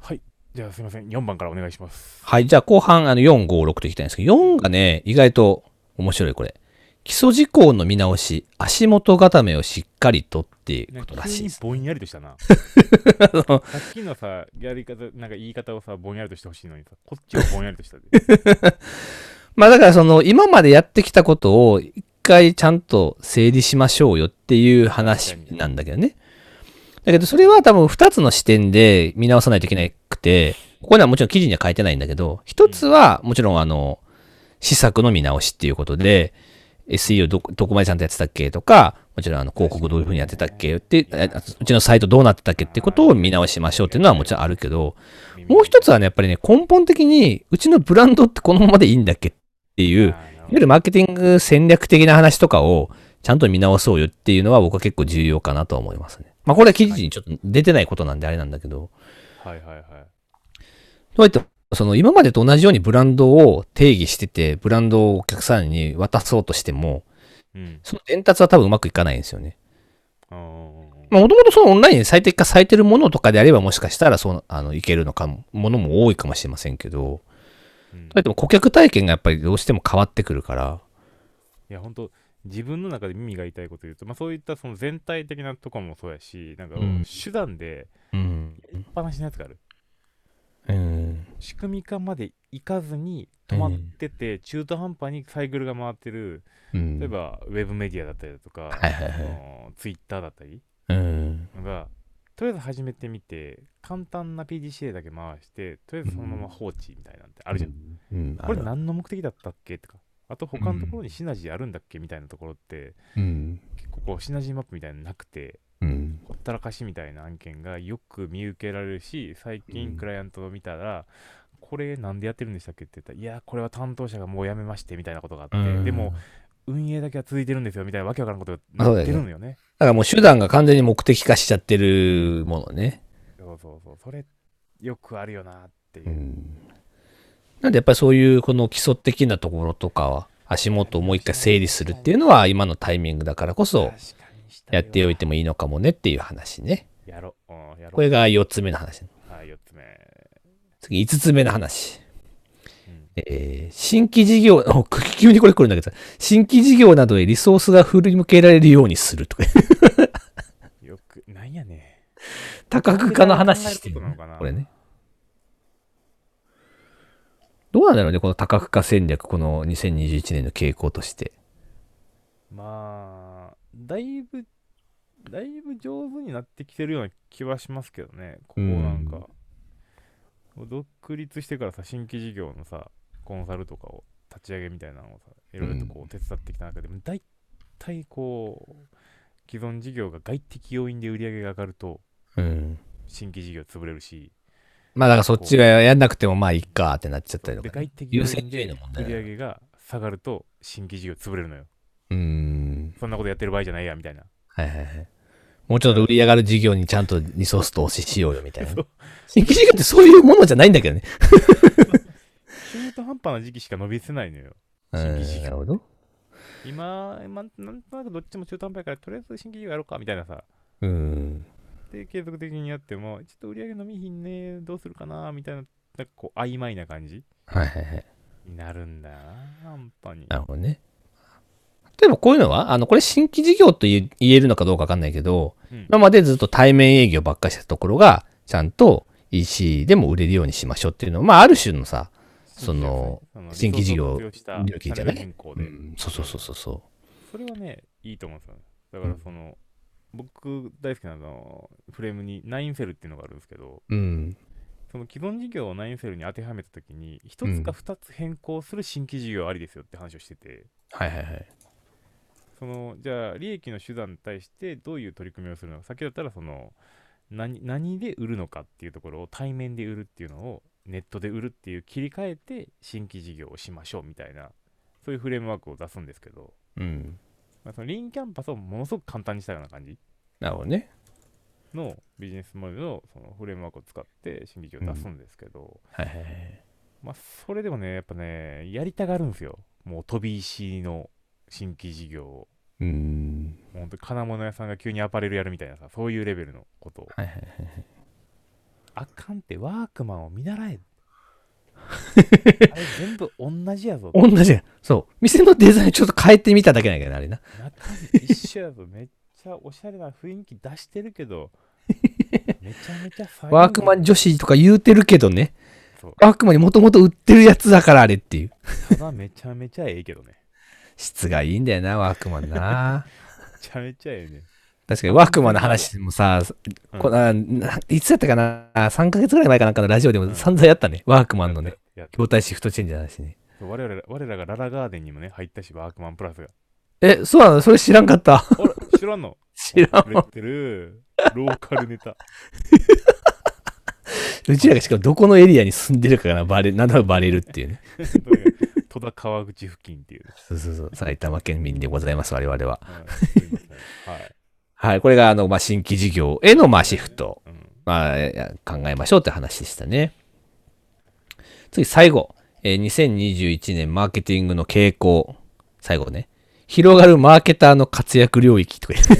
B: はい。じゃあすいません。4番からお願いします。
A: はい。じゃあ後半、あの、4、5、6といきたいんですけど、4がね、意外と面白い、これ。基礎事項の見直し、足元固めをしっかりとっていうことらしい
B: 急
A: で
B: に
A: す。
B: ぼんやりとし たな。さっきのさ、やり方、なんか言い方をさ、ぼんやりとしてほしいのにさ、こっちをぼんやりとしたで。
A: まあだからその、今までやってきたことを一回ちゃんと整理しましょうよっていう話なんだけどね。だけどそれは多分2つの視点で見直さないといけなくて、ここにはもちろん記事には書いてないんだけど、1つはもちろんあの、施策の見直しっていうことで、SEO どこどこまでちゃんとやってたっけとか、もちろんあの広告どういうふうにやってたっけって、ああうちのサイトどうなってたっけってことを見直しましょうっていうのはもちろんあるけど、 もう一つはね、やっぱりね、根本的に、うちのブランドってこのままでいいんだっけっていう、いわ
B: あーなるほど
A: ゆるマーケティング戦略的な話とかを、ちゃんと見直そうよっていうのは、僕は結構重要かなとは思いますね。まあ、これは記事にちょっと出てないことなんであれなんだけど、
B: はいはいはい。
A: どうやって、その今までと同じようにブランドを定義してて、ブランドをお客さんに渡そうとしても、
B: うん。
A: その伝達は多分うまくいかないんですよね。
B: あー
A: まあ、もともとそのオンラインで最適化されてるものとかであれば、もしかしたら、そう、あの、いけるのかも、ものも多いかもしれませんけど、
B: うん
A: そうやっても顧客体験がやっぱりどうしても変わってくるから。
B: いや本当自分の中で耳が痛いこと言うと、まあ、そういったその全体的なとこもそうやし、なんか
A: うん
B: 手段で
A: うん。
B: やりっぱなしのやつがある。
A: うん。
B: 仕組み化までいかずに止まってて、中途半端にサイクルが回ってる、
A: うん
B: 例え。ばウェブメディアだったりだとか、
A: はいはいはい
B: ツイッターだったり
A: うん。
B: が、とりあえず始めてみて、簡単な PDCA だけ回して、とりあえずそのまま放置みたいなんてあるじゃん。
A: うん。
B: これ
A: ある
B: 何の目的だったっけとか、あと他のところにシナジーあるんだっけみたいなところって、
A: うん。
B: 結構こうシナジーマップみたいなのなくて、
A: うん。
B: ほったらかしみたいな案件がよく見受けられるし最
A: うん
B: 近クライアントを見たら、これなんでやってるんでしたっけって言ったらいやこれは担当者がもう辞めましてみたいなことがあって、
A: うん
B: でも、運営だけは続いてるんですよみたいなわけわからんことが
A: あそう
B: な
A: だよ
B: って
A: ね
B: るのよね
A: だからもう手段が完全に目的化しちゃってるものね。
B: そうそうそうそれよくあるよなっていう、
A: ん。なんでやっぱりそういうこの基礎的なところとかは、足元をもう一回整理するっていうのは今のタイミングだからこそ
B: 確かにしたい
A: や
B: わ
A: っておいてもいいのかもねっていう話ね。
B: やろう、うん、やろう
A: これが4つ目の話。
B: はい4つ目、
A: 次5つ目の話。
B: うん
A: えー新規事業、 お急にこれ来るんだけど、新規事業などへリソースが振り向けられるようにするとか、
B: よくなんやね
A: 多角化の話してる、
B: 考えることなのかな
A: これね。どうなんだろうね、この多角化戦略、この2021年の傾向として。
B: まあだいぶだいぶ上手になってきてるような気はしますけどねここなんか、独立してからさ新規事業のさコンサルとかを立ち上げみたいなのをさいろいろとこう手伝ってきた中でも大体こう既存事業が外的要因で売り上げが上がると
A: うん。
B: 新規事業潰れるし
A: まあだからそっちはやんなくてもまあいっかってなっちゃったり
B: で
A: とかね、
B: 外的
A: 優
B: 要
A: 先
B: 因
A: 順位
B: で
A: の問
B: 売
A: 題
B: り
A: だ
B: 上
A: ね。
B: げが下がると新規事業潰れるのよ
A: うーん。
B: そんなことやってる場合じゃないやみたいな
A: はいはいはい。もうちょっと売り上がる事業にちゃんとリソース投資しようよみたいな。新規事業ってそういうものじゃないんだけどね。
B: 中途半端な時期しか伸びせないのよ。
A: うん
B: 新規事業
A: なるほど。
B: 今、今なんとなくどっちも中途半端やから、とりあえず新規事業やろうかみたいなさ。
A: うん。
B: で、継続的にやっても、ちょっと売り上げ伸びひんね、どうするかなみたいな、なんかこう、曖昧な感じ
A: はいはいはい。
B: になるんだよな、本当に。
A: なるほどね。例えばこういうのは、あの、これ新規事業と言え言えるのかどうかわかんないけど、
B: うん
A: 今までずっと対面営業ばっかりしてたところが、ちゃんと EC でも売れるようにしましょうっていうのは、まあある種のさ、その新規事業
B: 利用した
A: 料金じゃない
B: チャンネル変更
A: う
B: で、
A: ん、そうそうそうそうそ
B: それはね、いいと思うんですよね。だから、その、僕大好きなあのフレームにナインセルっていうのがあるんですけど、
A: う。うん。
B: その既存事業をナインセルに当てはめたときに、1つか2つ変更する新規事業ありですよって話をしてて、
A: はいはいはい。
B: そのじゃあ利益の手段に対してどういう取り組みをするのか先だったらその何何で売るのかっていうところを対面で売るっていうのをネットで売るっていう切り替えて新規事業をしましょうみたいなそういうフレームワークを出すんですけど、
A: うん。
B: まあ、そのリーンキャンパスをものすごく簡単にしたような感じ
A: なるほどね。
B: のビジネスモデルのそのフレームワークを使って新規事業を出すんですけど、
A: はいはいはい。
B: まあそれでもねやっぱねやりたがるんですよもう飛び石の新規事業を
A: うん。
B: もうほんと金物屋さんが急にアパレルやるみたいなさそういうレベルのことを
A: はいはいはい。
B: あかんってワークマンを見習えあれ全部同じやぞ
A: 同じや。そう。店のデザインちょっと変えてみただけなんやけどな、あれな。
B: 中身一緒やぞめっちゃおしゃれな雰囲気出してるけどめちゃめちゃ最後
A: ワークマン女子とか言うてるけどね。
B: そう
A: ワークマンにもともと売ってるやつだからあれっていう。
B: ただめちゃめちゃええけどね
A: 質がいいんだよな、ワークマンな。
B: めちゃめちゃええね
A: 確かにワークマンの話もさ、こあないつやったかな ?3 ヶ月ぐらい前かなんかのラジオでも散々やったね。ワークマンのね、
B: やって
A: 筐体シフトチェンジの話ね。
B: そう我々我らがララガーデンにもね入ったしワークマンプラスが
A: え、そうなのそれ知らんかった。
B: あら 知らんの
A: 知らん
B: 売れ
A: わ。
B: てるローカルネタ
A: うちらがしかもどこのエリアに住んでるかがバレ、なんだかバレるっていうね。
B: 戸田川口付近っていうね、
A: そうそうそう。埼玉県民でございます、我々は。
B: うんすいませんはい
A: はい。これが、あの、まあ、新規事業への、まあ、シフト。
B: うん
A: まあ、いや考えましょうって話でしたね。次、最後。えー2021年マーケティングの傾向。最後ね。広がるマーケターの活躍領域とか言って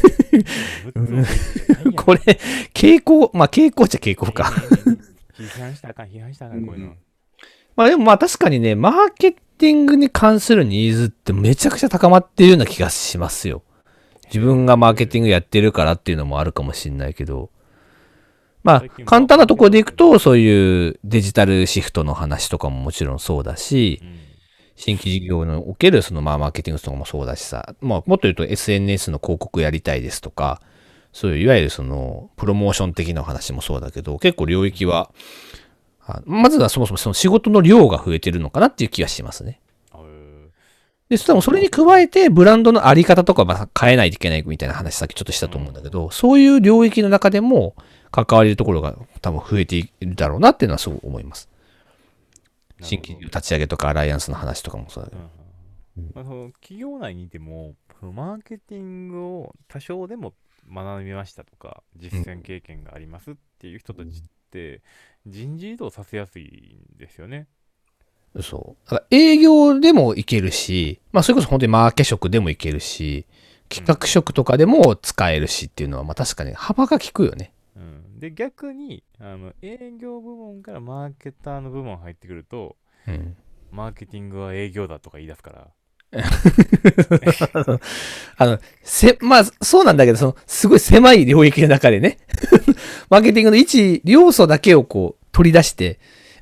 A: これ、傾向、まあ傾向っちゃ傾向か。
B: 批判したらあかん、批判したらあかん、こういうのは。
A: まあでもまあ確かにね、マーケティングに関するニーズってめちゃくちゃ高まってるような気がしますよ。自分がマーケティングやってるからっていうのもあるかもしれないけど。ま
B: 最近
A: あ簡単なところでいくと、そういうデジタルシフトの話とかももちろんそうだし、新規事業におけるそのまあマーケティングとかもそうだしさ、まあ、もっと言うと SNS の広告やりたいですとかそういういわゆるそのプロモーション的な話もそうだけど結構領域はあまずはそもそもその仕事の量が増えてるのかなっていう気がしますね。
B: あう
A: で、それもそれに加えて、ブランドのあり方とかまあ変えないといけないみたいな話さっきちょっとしたと思うんだけど、そういう領域の中でも関われるところが多分増えているだろうなっていうのはすごく思います。
B: ど
A: 新規事業立ち上げとかアライアンスの話とかもそうだけ
B: う
A: ど。
B: んまあその企業内にいても、そのマーケティングを多少でも学びましたとか、実践経験がありますっていう人たちって、人事異動させやすいんですよね。
A: そう。だから営業でもいけるし、まあそれこそ本当にマーケ職でもいけるし、企画職とかでも使えるしっていうのは、まあ確かに幅が利くよね。
B: うん、で、逆にあの、営業部門からマーケターの部門入ってくると、
A: うん。
B: マーケティングは営業だとか言い出すから、
A: あの、せ、まあそうなんだけど、そのすごい狭い領域の中でね、 マーケティングの一要素だけをこう取り出して、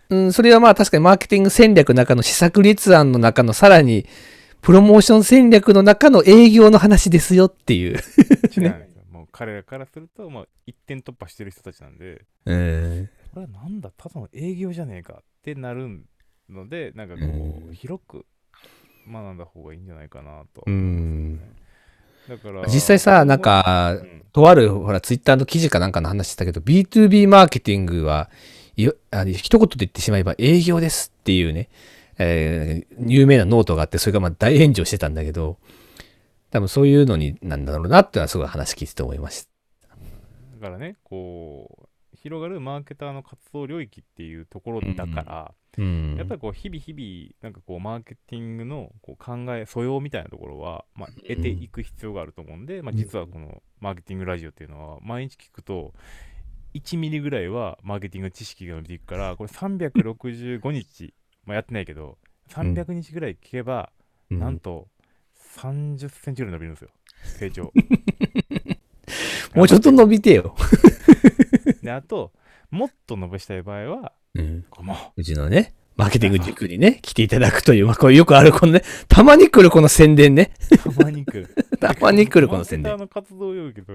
A: うん、それはまあ確かにマーケティング戦略の中の施策立案の中のさらに、プロモーション戦略の中の営業の話ですよっていう。
B: 違うんですよもう彼らからすると、もう一点突破してる人たちなんで、
A: うん。
B: これはなんだ、ただの営業じゃねえかってなるので、なんかこ
A: う
B: う、広く学んだ方がいいんじゃないかなと。
A: うん
B: だから、
A: 実際さ、なん
B: う
A: か、
B: ん、
A: とある、ほら、ツイッターの記事かなんかの話したけど、B2B マーケティングは、よあの一言で言ってしまえば営業ですっていうね、えー有名なノートがあって、それがまあ大炎上してたんだけど、多分そういうのになんだろうなっていうのはすごい話聞いてて思いました。
B: からねこう広がるマーケターの活動領域っていうところだから、
C: うん
B: やっぱりこう日々日々なんかこうマーケティングのこう考え素養みたいなところは、まあ、得ていく必要があると思うんで、まあ、実はこのマーケティングラジオっていうのは毎日聞くと1ミリぐらいはマーケティングの知識が伸びていくからこれ365日、まあ、やってないけど300日ぐらい聞けば、
C: うん
B: なんと30センチぐらい伸びるんですよ成長
A: もうちょっと伸びてよ。
B: であともっと伸ばしたい場合は
C: うん
B: こうもう
A: うちのね、マーケティング塾にね、来ていただくという、まあ、こうよくあるこのね、たまに来るこの宣伝ね。
B: たまに来る。
A: たまに来るこの宣伝
B: マーケターの活動要件と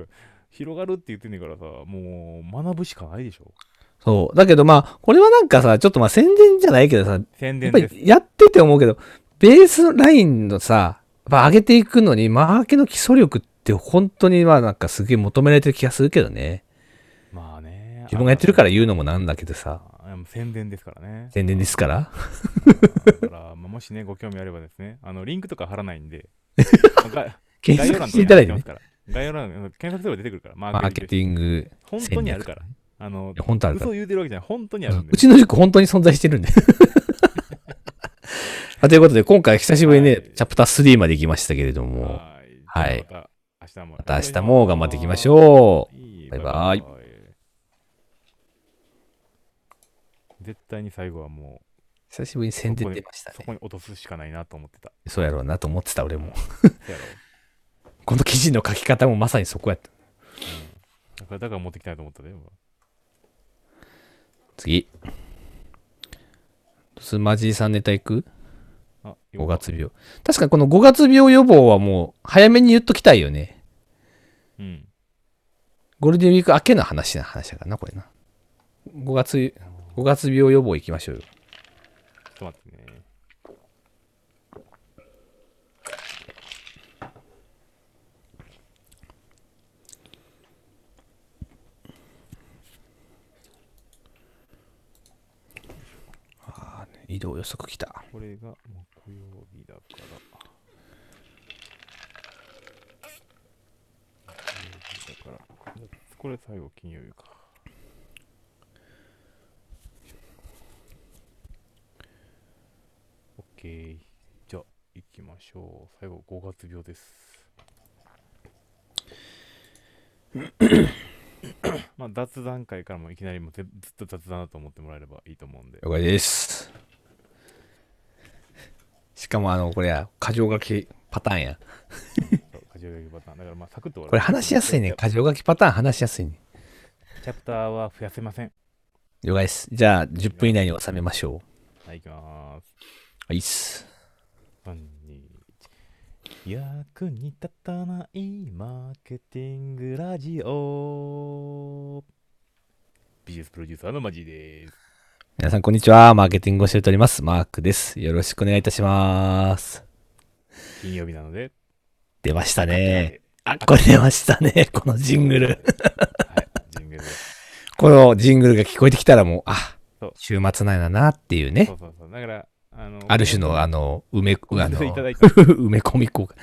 B: 広がるって言ってんねんからさ、もう学ぶしかないでしょ。
A: そう。だけどまあ、これはなんかさ、ちょっとまあ宣伝じゃないけどさ、
B: 宣
A: やっ
B: 伝
A: ぱ
B: です。
A: りやってて思うけど、ベースラインのさ、まあ上げていくのに、マーケの基礎力って本当にまあなんかすげえ求められてる気がするけどね。
B: まあね。
A: 自分がやってるから
B: ら
A: 言うのもなんだけどさ、
B: 宣伝ですからね。
A: 宣伝ですから。
B: だから、まあ、もしね、ご興味あればですね、あのリンクとか貼らない んで、まあ概
A: 検索していただいてね。
B: 概要欄とかに貼ってますから概要欄、検索すれば出てくるから、マ
A: マ
B: ー
A: ー
B: ケ
A: ケ
B: テ
A: テ
B: ィング
A: ィング
B: 本
A: 戦略。
B: 当にあるから。あの
A: いや、、本当あるから
B: 嘘。言うてるわけじゃない、本当にあるんで。
A: うちの塾本当に存在して るんで。あということで、今回久しぶりにね、
B: はい
A: チャプター3まで行きましたけれども、
B: はい。
A: はい
B: じゃあまた明日も。
A: また明日も頑張っていきましょう。
B: いい
A: バイバイ
B: 絶対に最後はも
A: 久しぶりに宣伝出まし
B: う
A: た
B: そ
A: ね。
B: こに落とすしかないなと思ってた。
A: そうやろうなと思ってた俺も。
B: せやろ
A: この記事の書き方もまさにそこやった。
B: だからだから持ってきたいと思ったで。今
A: 次。スマジーさんネタいく
B: あ
A: ?5 月病。確かこの5月病予防はもう早めに言っときたいよね。
B: うん。
A: ゴールデンウィーク明けの話な話だからな、これな。5月、5月病予防行きましょうよ。
B: ちょっと待ってね。
A: 移動予測来た。
B: これが木曜日だから。木曜日だから。これ最後金曜日か。オッケー。じゃあ、行きましょう。最後、5月病です。 まあ、雑談会からもいきなりもうぜずっと雑談だと思ってもらえればいいと思うんで。
A: 了解です。しかもあの、これや、過剰書きパターンや。
B: そう箇条書きパターン。だからまあサクッと終わる
A: これ話しやすいね。過剰書きパターン話しやすいね。
B: チャプターは増やせません。
A: 了解です。じゃあ、10分以内に収めましょう。
B: はい、いきまーす。
A: はいっす。
B: こんにち役に立たないマーケティングラジオ。ビジネスプロデューサーのマジーです。
A: 皆さん、こんにちは。マーケティングを教えております。マークです。よろしくお願いいたします。
B: 金曜日なので。
A: 出ましたね。あ、
B: 赤
A: これ出ましたね。このジングル。。
B: はい、ジングルです。
A: このジングルが聞こえてきたらもう、あ
B: そう、
A: 週末なんやなっていうね
B: そ。うそうそう。だから、あの、
A: ある種の、あの、埋め、
B: コメ
A: あ
B: ン
A: の、
B: ト いただ
A: 埋
B: いた
A: め込み効果。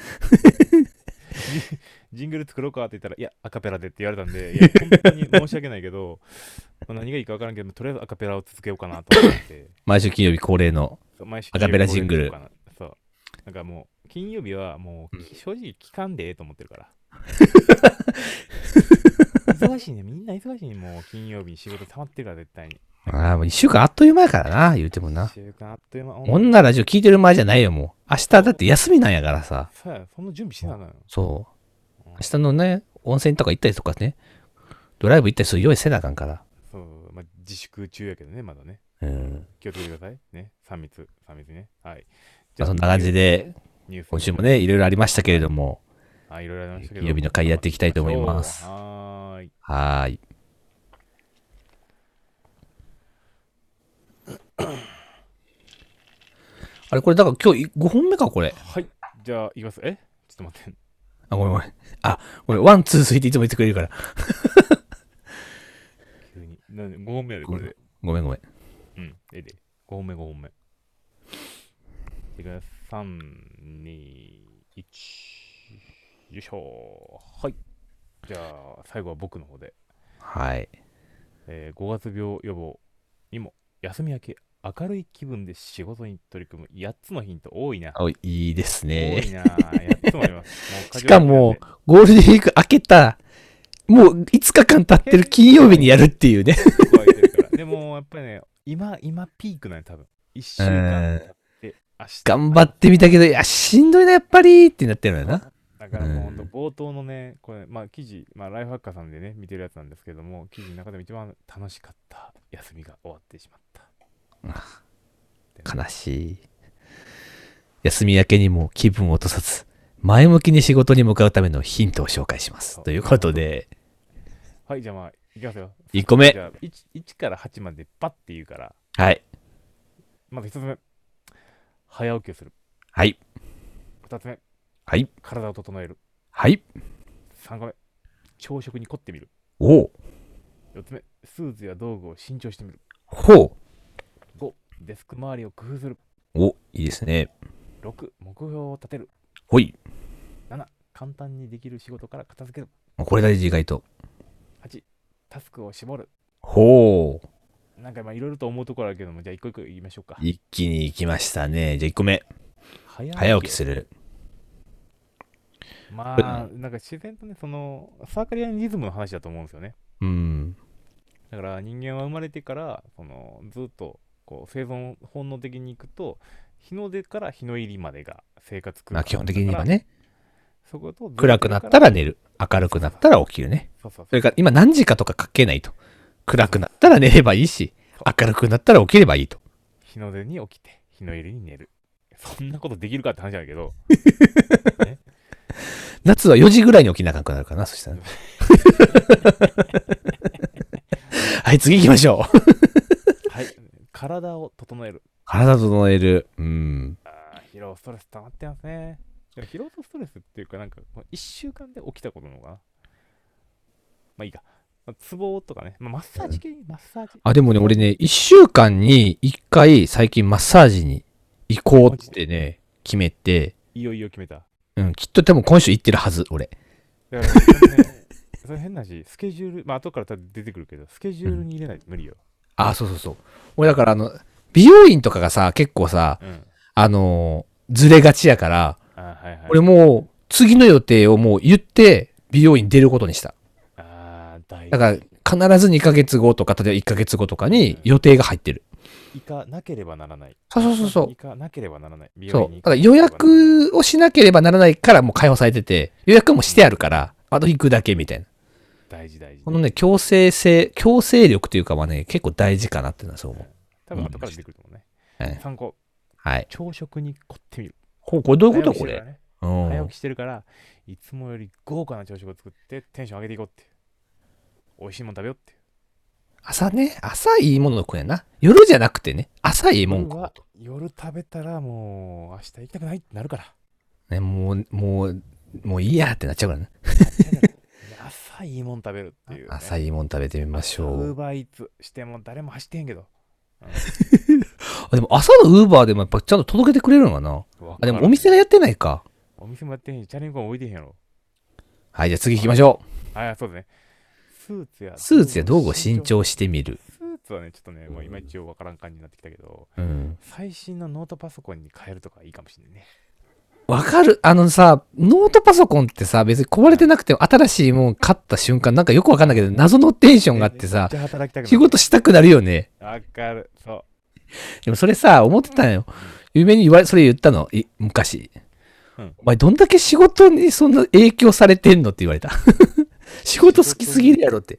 B: ジングル作ろうかって言ったら、いや、アカペラでって言われたんで、いや、本当に申し訳ないけど、 まあ何がいいか分からんけど、とりあえずアカペラを続けようかなと思って。
A: 毎週金曜日恒例の。
B: そう毎 週
A: アカペラジングル
B: 金曜日これにしようかなそう。なんかもう、金曜日はもう、正直聞かんでええと思ってる から。忙しいね。みんな忙しいね。もう、金曜日に仕事溜まってるから、絶対に。
A: ああ、もう一週間あっという間やからな、言うてもな
B: 一。週間あっという間。
A: こんなラジオ聞いてる前じゃないよ、もう。明日だって休みなんやからさ。
B: そうや、その準備してなあかんよ。
A: そう。明日のね、温泉とか行ったりとかね、ドライブ行ったりする用意せなあかんから。
B: そう、まあ、自粛中やけどね、まだね。
A: うん。
B: 気をつけてください。ね。3密、3密ね。はい。
A: まあ、そんな感じで、
B: ニュース、
A: 今週もね、いろいろありましたけれども、
B: あ、いろいろありましたけど。
A: 金曜日の会やっていきたいと思います
B: そう。はーい。
A: はーい。 あれ、これ、だから今日5本目か、これ。
B: はい。じゃあ、いきます。えちょっと待って。
A: あ、ごめんごめん。あ、ごめん、ワン、ツー、スリーっていつも言ってくれるから。
B: 急に。なんで、5本目やで、これで。
A: ごめんごめん。
B: うん、ええで。5本目、5本目。いくよ。3、2、1。よいしょ。はい。じゃあ、最後は僕の方で。
A: はい。
B: えー、5月病予防にも休み明け明るい気分で仕事に取り組む8つのヒント多いな、
A: おいいです
B: 多
A: ね。
B: いな8つもありますもう過 剰
A: しかも、ゴールデンウィーク明けた、もう5日間経ってる金曜日にやるっていうね。
B: 結構空いてるからでもやっぱりね今今ピークなんよ多分1週間経って明日
A: 頑張ってみたけど、いや、しんどいな、やっぱりってなってるのよな。
B: だからもうほ
A: うん
B: んと冒頭のね、これ、まあ記事、まあライフハッカーさんでね、見てるやつなんですけども、記事の中でも一番楽しかった休みが終わってしまった。
A: 悲しい。休み明けにも気分を落とさず、前向きに仕事に向かうためのヒントを紹介します。ということで、
B: はい、じゃあまあ、いきますよ。
A: 1個
B: じ
A: 目。
B: ゃあ1、1から8までバッて言うから、
A: はい。
B: まず1つ目、早起きをする。
A: はい。
B: 2つ目、
A: はい。
B: 体を整える。
A: はい。
B: 3個目、朝食に凝ってみる。
A: おう。
B: 4つ目、スーツや道具を新調してみる。
A: ほ
B: 5、デスク周りを工夫する。
A: う。お、いいですね。
B: 6、目標を立てる。
A: ほい。
B: 7、簡単にできる仕事から片付ける。
A: これ大事意外と。
B: 8、タスクを絞る。
A: ほう。
B: なんかまあいろいろと思うところあるけども、じゃあ一個一個言いましょうか。
A: 一気に行きましたね。じゃあ1個目。
B: 早
A: 早起きする。
B: まあ、なんか自然とね、そのサーカリアンリズムの話だと思うんですよね。
A: うん。
B: だから人間は生まれてから、そのずっとこう生存本能的にいくと、日の出から日の入りまでが生活空
A: ま
B: 間
A: あ基本的に
B: だか
A: は
B: ら、
A: ね、
B: そことずれて
A: 暗くなったら寝る。明るくなったら起きるね。
B: そうそう
A: それから今何時かとか書けないと。暗くなったら寝ればいいし、明るくなったら起きればいいと。
B: 日の出に起きて、日の入りに寝る。そんなことできるかって話だけど、
A: 夏は4時ぐらいに起きなくなるかな、そした ら。はい、次行きましょう。
B: はい、体を整える。
A: 体整える。うん。
B: あー疲労ストレス溜まってますね。でも疲労とストレスっていうか、なんか、1週間で起きたことの方がな。まあいいか。まあツボとかね。まあ、マッサージ系、マッサージ。
A: あ、でもね、俺ね、1週間に1回最近マッサージに行こうってね、決めて、
B: いよいよ決めた。
A: うん、きっと多分今週行ってるはず、俺。
B: だから、それねそれ変な話、スケジュール、まあ後から多分出てくるけど、スケジュールに入れないと無理よ。
A: あ、そうそうそう。俺だからあの、美容院とかがさ、結構さ、
B: うん。
A: あのーずれがちやから、
B: あーはいはい。
A: 俺もう、次の予定をもう言って、美容院出ることにした。
B: ああ、大
A: だから、必ず2ヶ月後とか、例えば1ヶ月後とかに予定が入ってる。
B: 行かなければならない。
A: そうそうそうそう
B: 行かなければならない。美容
A: そ
B: 院
A: う。
B: に
A: だか
B: 行
A: ら
B: なけ
A: 予
B: ればならない。
A: 約をしなければならないからもう解放されてて、予約もしてあるから、あと行くだけみたいな。
B: 大事大事。
A: このね、強制性、強制力というかはね、結構大事かなっていうのはそう思う。
B: 多分後から出てくると思うね。
A: はい。
B: 参考、
A: はい、
B: 朝食に凝ってみる。
A: ほうこれどういうこと
B: 早
A: こ
B: 起きしてる
A: れ
B: から。ね
A: う
B: 早起
A: ん。
B: きしてるからいつもより豪華な朝食を作ってテンション上げていこうっていう美味しいもん食べようっていう
A: 朝ね、朝いいもの食うんやな。夜じゃなくてね、朝いいもん
B: 夜
A: 食う
B: は夜食べたらもう明日行きたくないってなる から
A: ね、もう、もう、もういいやってなっちゃうからね。
B: 朝いいもん食べるっていう、ね、
A: 朝いいもん食べてみましょ
B: ウー
A: う。
B: バーイーツしても誰も走ってへんけど
A: あでも朝のウーバーでもやっぱちゃんと届けてくれるのかな
B: わ
A: あ、
B: から
A: で
B: ん
A: もお店がやってないか。
B: お店もやってへんしチャリンコも置いてへんやろ
A: はい、じゃあ次行きましょ
B: あそうだねスーツや
A: う。スーツや道具を新調してみる。
B: スーツはねちょっとねもういまいちようわからん感じになってきたけど
A: うん。
B: 最新のノートパソコンに変えるとかいいかもしれないね
A: わかるあのさ、ノートパソコンってさ、別に壊れてなくても新しいもん買った瞬間、なんかよくわかんないけど、謎のテンションがあって
B: めっ
A: さ
B: ち、ゃ働きたくなる
A: 仕事したくなるよね。
B: わかるそう
A: でもそれさ、思ってたのよ。夢に言われ、それ言ったの、い昔
B: うん。
A: お前どんだけ仕事にそんな影響されてんのって言われた。 仕事好きすぎるやろって。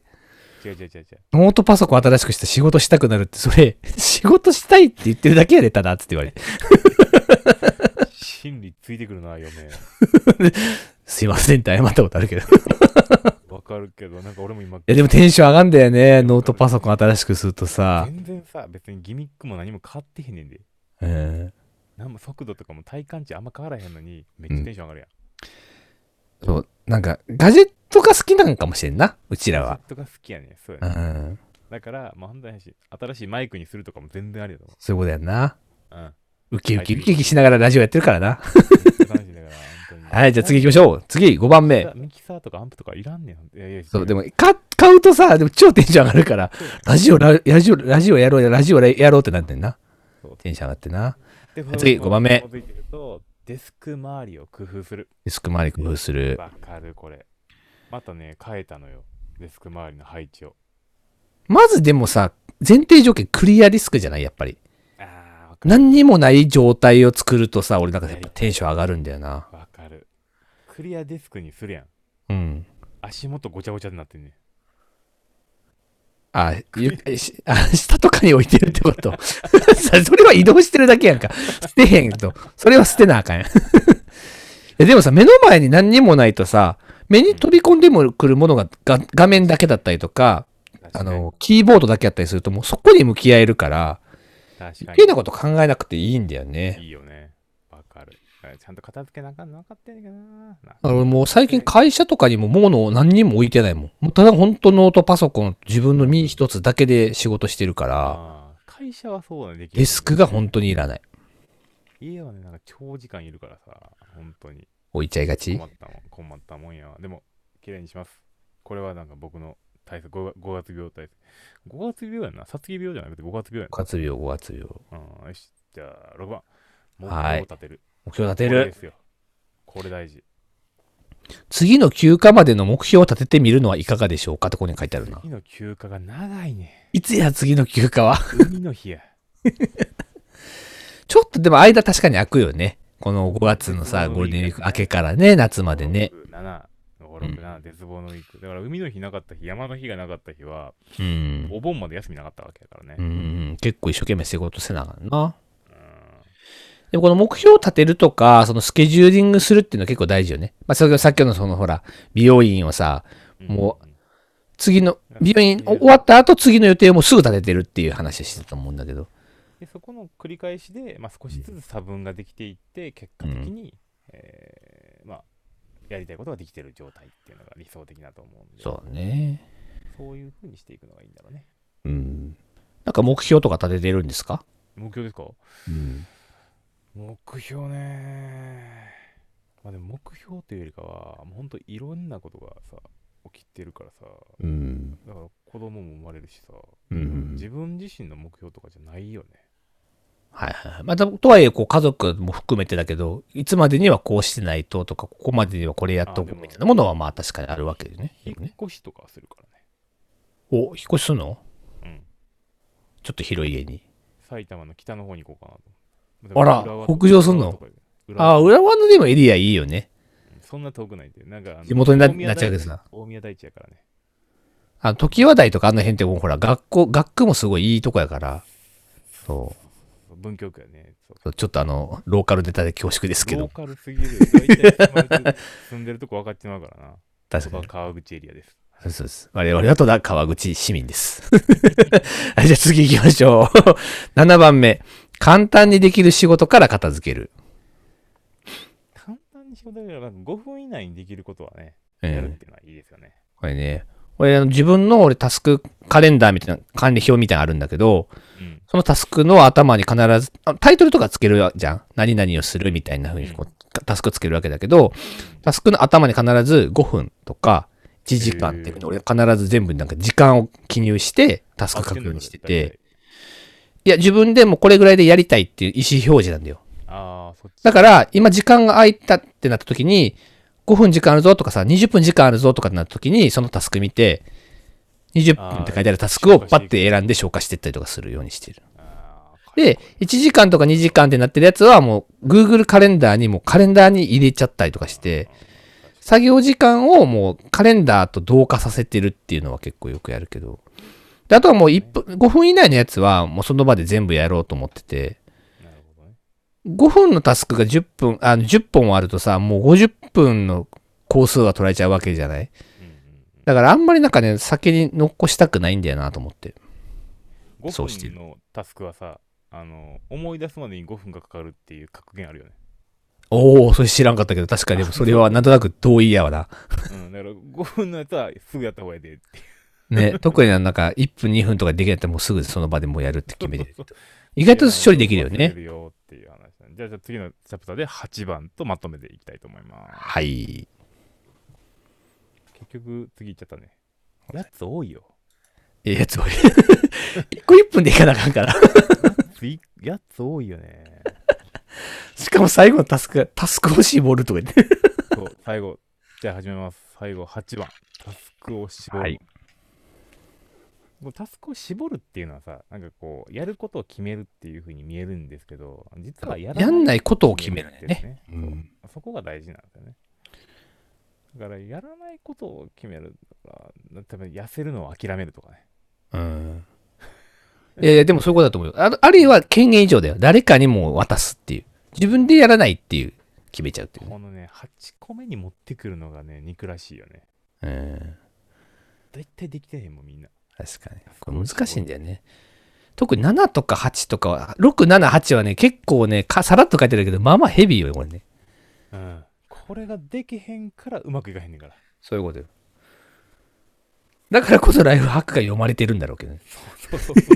B: 違う違う違う違う
A: ノートパソコン新しくして仕事したくなるって、それ、 仕事したいって言ってるだけやでただって言われて。
B: 心理ついてくるな嫁
A: すいませんって謝ったことあるけど。い
B: わかるけどなんか俺も今
A: やでもテンション上がんだよね。ノートパソコン新しくするとさ。
B: 全然さ別にギミックも何も変わってへんねんで
A: うん。
B: なんも速度とかも体感値あんま変わらへんのにめっちゃテンション上がるやん、
A: そう、なんか、ガジェットが好きなんかもしれんな。うちら
B: ガ
A: は
B: ジ。ェットが好きやねそうや
A: う
B: ね、
A: ん。
B: だからまあ犯罪やし新しいマイクにするとかも全然ありだと思
A: そういうことやんな。
B: う、うん、
A: ウキウキ、ウキウキしながらラジオやってるからな。
B: 楽しいんだから、本当に。
A: はい、じゃあ次行きましょう。次、5番目。
B: ミキサーとかアンプとかいらんねん。いやいや、
A: そう、でも、か買うとさ、でも超テンション上がるから、ラジオ、ララジオ、ラジオやろうや、ラジオやろうってなってんな
B: そう。
A: テンション上がってんな。
B: で、
A: 次五番目
B: 紐づいてるとデスク周りを工夫する。
A: デスク周り工夫する。
B: わかる、これ。またね、変えたのよ。デスク周りの配置を。
A: まずでもさ、前提条件クリアリスクじゃないやっぱり。
B: あー、わか
A: 何にもない状態を作るとさ、俺なんかやっぱテンション上がるんだよな。
B: る。わかる。クリアデスクにするやん。
A: うん。
B: 足元ごちゃごちゃになってんね。
A: あ、ゆしあ下とかに置いてるってこと さそれは移動してるだけやんか。捨てへんと。それは捨てなあかんやん。い やでもさ、目の前に何にもないとさ、目に飛び込んでもくるものがが画面だけだったりとか、あの、キーボードだけだったりすると、もうそこに向き合えるから、
B: 確かに
A: 余計なこと考えなくていいんだよね。
B: いいよね。わかる。あちゃんと片付けなあかんの分かってんねんけどな。な
A: あのもう最近会社とかにも物を何にも置いてないもん。もうただ本当ノートパソコン自分の身一つだけで仕事してるから、
B: あー会社はそうなんできる
A: デスクが本当にいらない。
B: 家はね、なんか長時間いるからさ、本当に。
A: 置いちゃいがち
B: 困。ったもん、困ったもんやわ。でも、綺麗にします。これはなんか僕の体質、5, 月病体質。5月病やんな。殺気病じゃなくて5月病や
A: 5月病、5月病。
B: な。うん、よし。じゃあ、6番。目
A: はい
B: 標を立てる。
A: 目標立
B: こ
A: て
B: れで
A: る。
B: すよ。これ大事。
A: 次の休暇までの目標を立ててみるのはいかがでしょうかとここに書いてあるな。
B: 次の休暇が長 いね。
A: いつや次の休暇は
B: 海の日や。
A: ちょっとでも間確かに空くよね。この5月のさ、ゴールデンウィーク明けからね、夏までね。
B: 5。7。5、6、7、絶望のウィーク。だから海の日なかった日、山の日がなかった日は、
A: うん。
B: お盆まで休みなかったわけだからね。
A: うんうん、結構一生懸命仕事せなあかんな。
B: うん
A: でもこの目標を立てるとか、そのスケジューリングするっていうのは結構大事よね。まあ、さっきさっきのそのほら、美容院をさ、も
B: うん、
A: 次の、美容院終わった後次の予定をもうすぐ立ててるっていう話してたと思うんだけど。
B: でそこの繰り返しで、まあ、少しずつ差分ができていって、結果的に、えーまあ、やりたいことができてる状態っていうのが理想的だと思うんで、
A: そうね。
B: そういうふうにしていくのがいいんだろうね。
A: うん。なんか目標とか立ててるんですか
B: 目標ですか
A: うん。
B: 目標ね。まあでも目標というよりかは、もう本当いろんなことがさ、起きてるからさ、
A: うん。
B: だから子供も生まれるしさ、
A: うん。
B: 自分自身の目標とかじゃないよね。
A: はいはいはい。まあ、たとはいえ、こう、家族も含めてだけど、いつまでにはこうしてないととか、ここまでにはこれやっとこうみたいなものは、まあ、確かにあるわけでね。
B: 引っ越しとかはするから
A: お、引っ越しするの
B: ね。うん。
A: ちょっと広い家に。
B: 埼玉の北の方に行こうかなと。
A: あら
B: 浦和とか
A: 北上すんの
B: 浦和とか浦和
A: ああ、浦和のでもエリアいいよね。
B: そんな遠くないんで、なんかあの
A: 地元にな
B: 大宮
A: なっちゃうけどさ
B: 大大宮大地やからね。
A: あの、時話題とかあの辺ってもうほら、学校、学区もすごいいいとこやから、そ
B: そう文京区やね。そう
A: う。ちょっとあの、ローカルネタで恐縮ですけ
B: ロ
A: ど
B: ー、カルすぎる。大体住んでるとこ分かってま うからな。
A: 確
B: そ
A: か
B: こは
A: に。
B: 川口エリアです。
A: そうそうです。我々は戸田川口市民です。 はい、じゃあ次行きましょう。7番目。簡単にできる仕事から片付ける。
B: 簡単に仕事やるから、5分以内にできることはね、
A: うん
B: やるっていうのはいいですよね。
A: これね、俺、あの自分の俺タスクカレンダーみたいな管理表みたいなのあるんだけど、
B: うん。
A: そのタスクの頭に必ず、あタイトルとかつけるじゃん何々をするみたいな風にこう、タスクつけるわけだけど、タスクの頭に必ず5分とか1時間っていう風に、俺必ず全部なんか時間を記入して、タスク書くようにしてて、いや、自分でもこれぐらいでやりたいっていう意思表示なんだよ。
B: あってんの大体あー、そっち。
A: だから、今時間が空いたってなった時に、5分時間あるぞとかさ、20分時間あるぞとかってなった時に、そのタスク見て、20分って書いてあるタスクをパッて選んで消化していったりとかするようにしてる。
B: あー
A: で、1時間とか2時間ってなってるやつはもう Google カレンダーにもうカレンダーに入れちゃったりとかして、作業時間をもうカレンダーと同化させてるっていうのは結構よくやるけど。であとはもう1分、5分以内のやつはもうその場で全部やろうと思ってて、
B: なるほどね。
A: 5分のタスクが10分、あの10本あるとさ、もう50分の工数は取られちゃうわけじゃない
B: うんうんうん
A: だからあんまりなんかね、先に残したくないんだよなと思って。そうして
B: 5
A: る
B: 分のタスクはさ、あの思い出すまでに5分がかかるっていう格言あるよね。
A: おー、それ知らんかったけど、確かにでもそれはなんとなく同意やわな。
B: うん、だから5分のやつはすぐやった方がいいでって。
A: ね、特になんか1分2分とかできないともうすぐその場でもうやるって決めてる。意外と処理できるよ
B: 忘れ
A: ね。
B: よっていう話じゃあじゃあ次のチャプターで8番とまとめていきたいと思います。
A: はい。
B: 結局、次いっちゃったね。やつ多いよ。
A: ええやつ多い。一個一分でいかなあかんから。
B: 次やつ多いよね。
A: しかも最後のタスク、タスク欲しいボールとか言って。
B: そう、最後。じゃあ始めます。最後、8番。タスクを絞る。
A: はい
B: このタスクを絞るっていうのはさ、なんかこう、やることを決めるっていうふうに見えるんですけど、実はやら
A: やんないいことを決めるんだよね。
B: ね。
C: うん
B: そこが大事なんだよね。だから、やらないことを決めるから、多分痩せるのを諦めるとかね。
C: うん
A: いやいや、でもそういうことだと思うよ。あのあるいは権限以上だよ。誰かにも渡すっていう。自分でやらないっていう、決めちゃうっていうね。
B: このね、8個目に持ってくるのがね、肉らしいよね。
C: うん
B: だいたいできてへんもん、みんな。
C: 確かに
A: これ難しいんだよね。特に7とか8とかは、6、7、8はね、結構ね、かさらっと書いてるけど、まあまあヘビーよ、これね。
B: うん。これができへんから、うまくいかへんねんから。
A: そういうことよ。だからこそライフハックが読まれてるんだろうけどね。
B: そうそうそうそ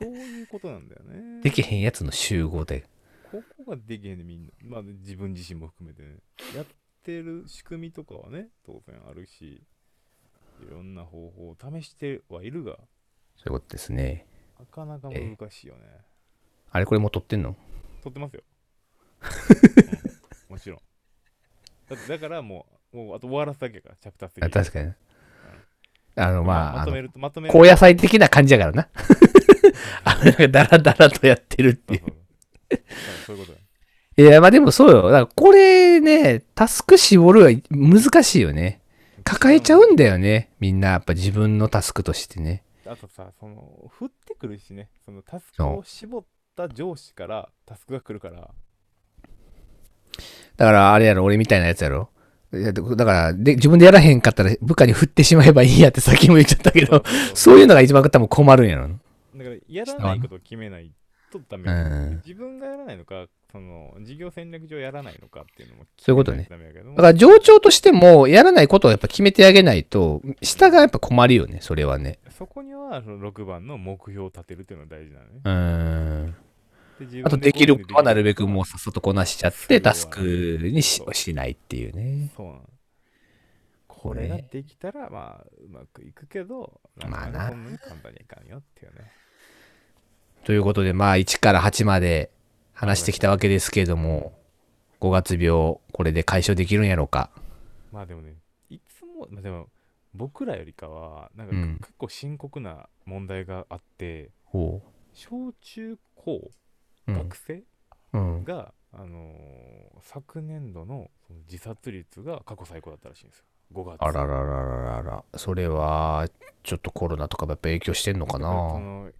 B: ういうことなんだよね。
A: できへんやつの集合で。
B: ここができへんねみんな。まあ自分自身も含めてね。やってる仕組みとかはね、当然あるし、いろんな方法を試してはいるが、
C: そういうことですね
B: なかなか難しいよね。
A: あれこれもう撮ってんの
B: 撮って ますよ。うんもちろん。だってだからもう、もうあと終わらすだけやから、チャプター3。
A: あ確かに。あの、まあ、
B: ま
A: あ
B: とめ
A: の
B: ると、まとめると。
A: 高野菜的な感じだからな。 あの、なんかダラダラとやってるって
B: そう
A: い
B: そう そうそういうことだよ。
A: う。いや、まあでもそうよ。だからこれね、タスク絞るは難しいよね。抱えちゃうんだよね。みんな、やっぱ自分のタスクとしてね。
B: あとさ、その、降ってくるしね、そのタスクを絞った上司からタスクが来るから、
A: だから、あれやろ、俺みたいなやつやろ。いやだからで、自分でやらへんかったら部下に振ってしまえばいいやって先も言っちゃったけ ど、そういうのが一番多分困るんやろ。
B: だからやらないことを決めないとダメ、
A: うん
B: 自分がやらないのかその事業戦略上やらないのかっていうのも
A: そういうことね
B: 決めないとダメやけども
A: だから、上長としても、やらないことをやっぱ決めてあげないと、下がやっぱ困るよね、それはね。
B: そこにはその6番の目標を立てるっていうのが大事なのね
A: うーん。
B: で自分
A: あと、できることはなるべくもう
B: う
A: さっさとこなしちゃっ
B: それ
A: て、
B: は
A: タスクにししないっていうね。
B: そうなのこれができたらまあうまくいくけど
A: まあな
B: かそんなに簡単にいかんよっていうね
A: ということで、まあ、1から8まで話してきたわけですけれども、5月病、これで解消できるんやろうか。
B: まあでもねいつも、まあ、でも僕らよりかはなんか
A: うん
B: 結構深刻な問題があって、
A: ほ
B: 小中高
A: う。うん
B: 学。生、
A: うん、
B: が、あのー昨年度のその自殺率が過去最高だったらしいんですよ5月
A: あらららららら。それは、ちょっとコロナとかやっぱ影響してんのか
B: だからそ
A: な。
B: の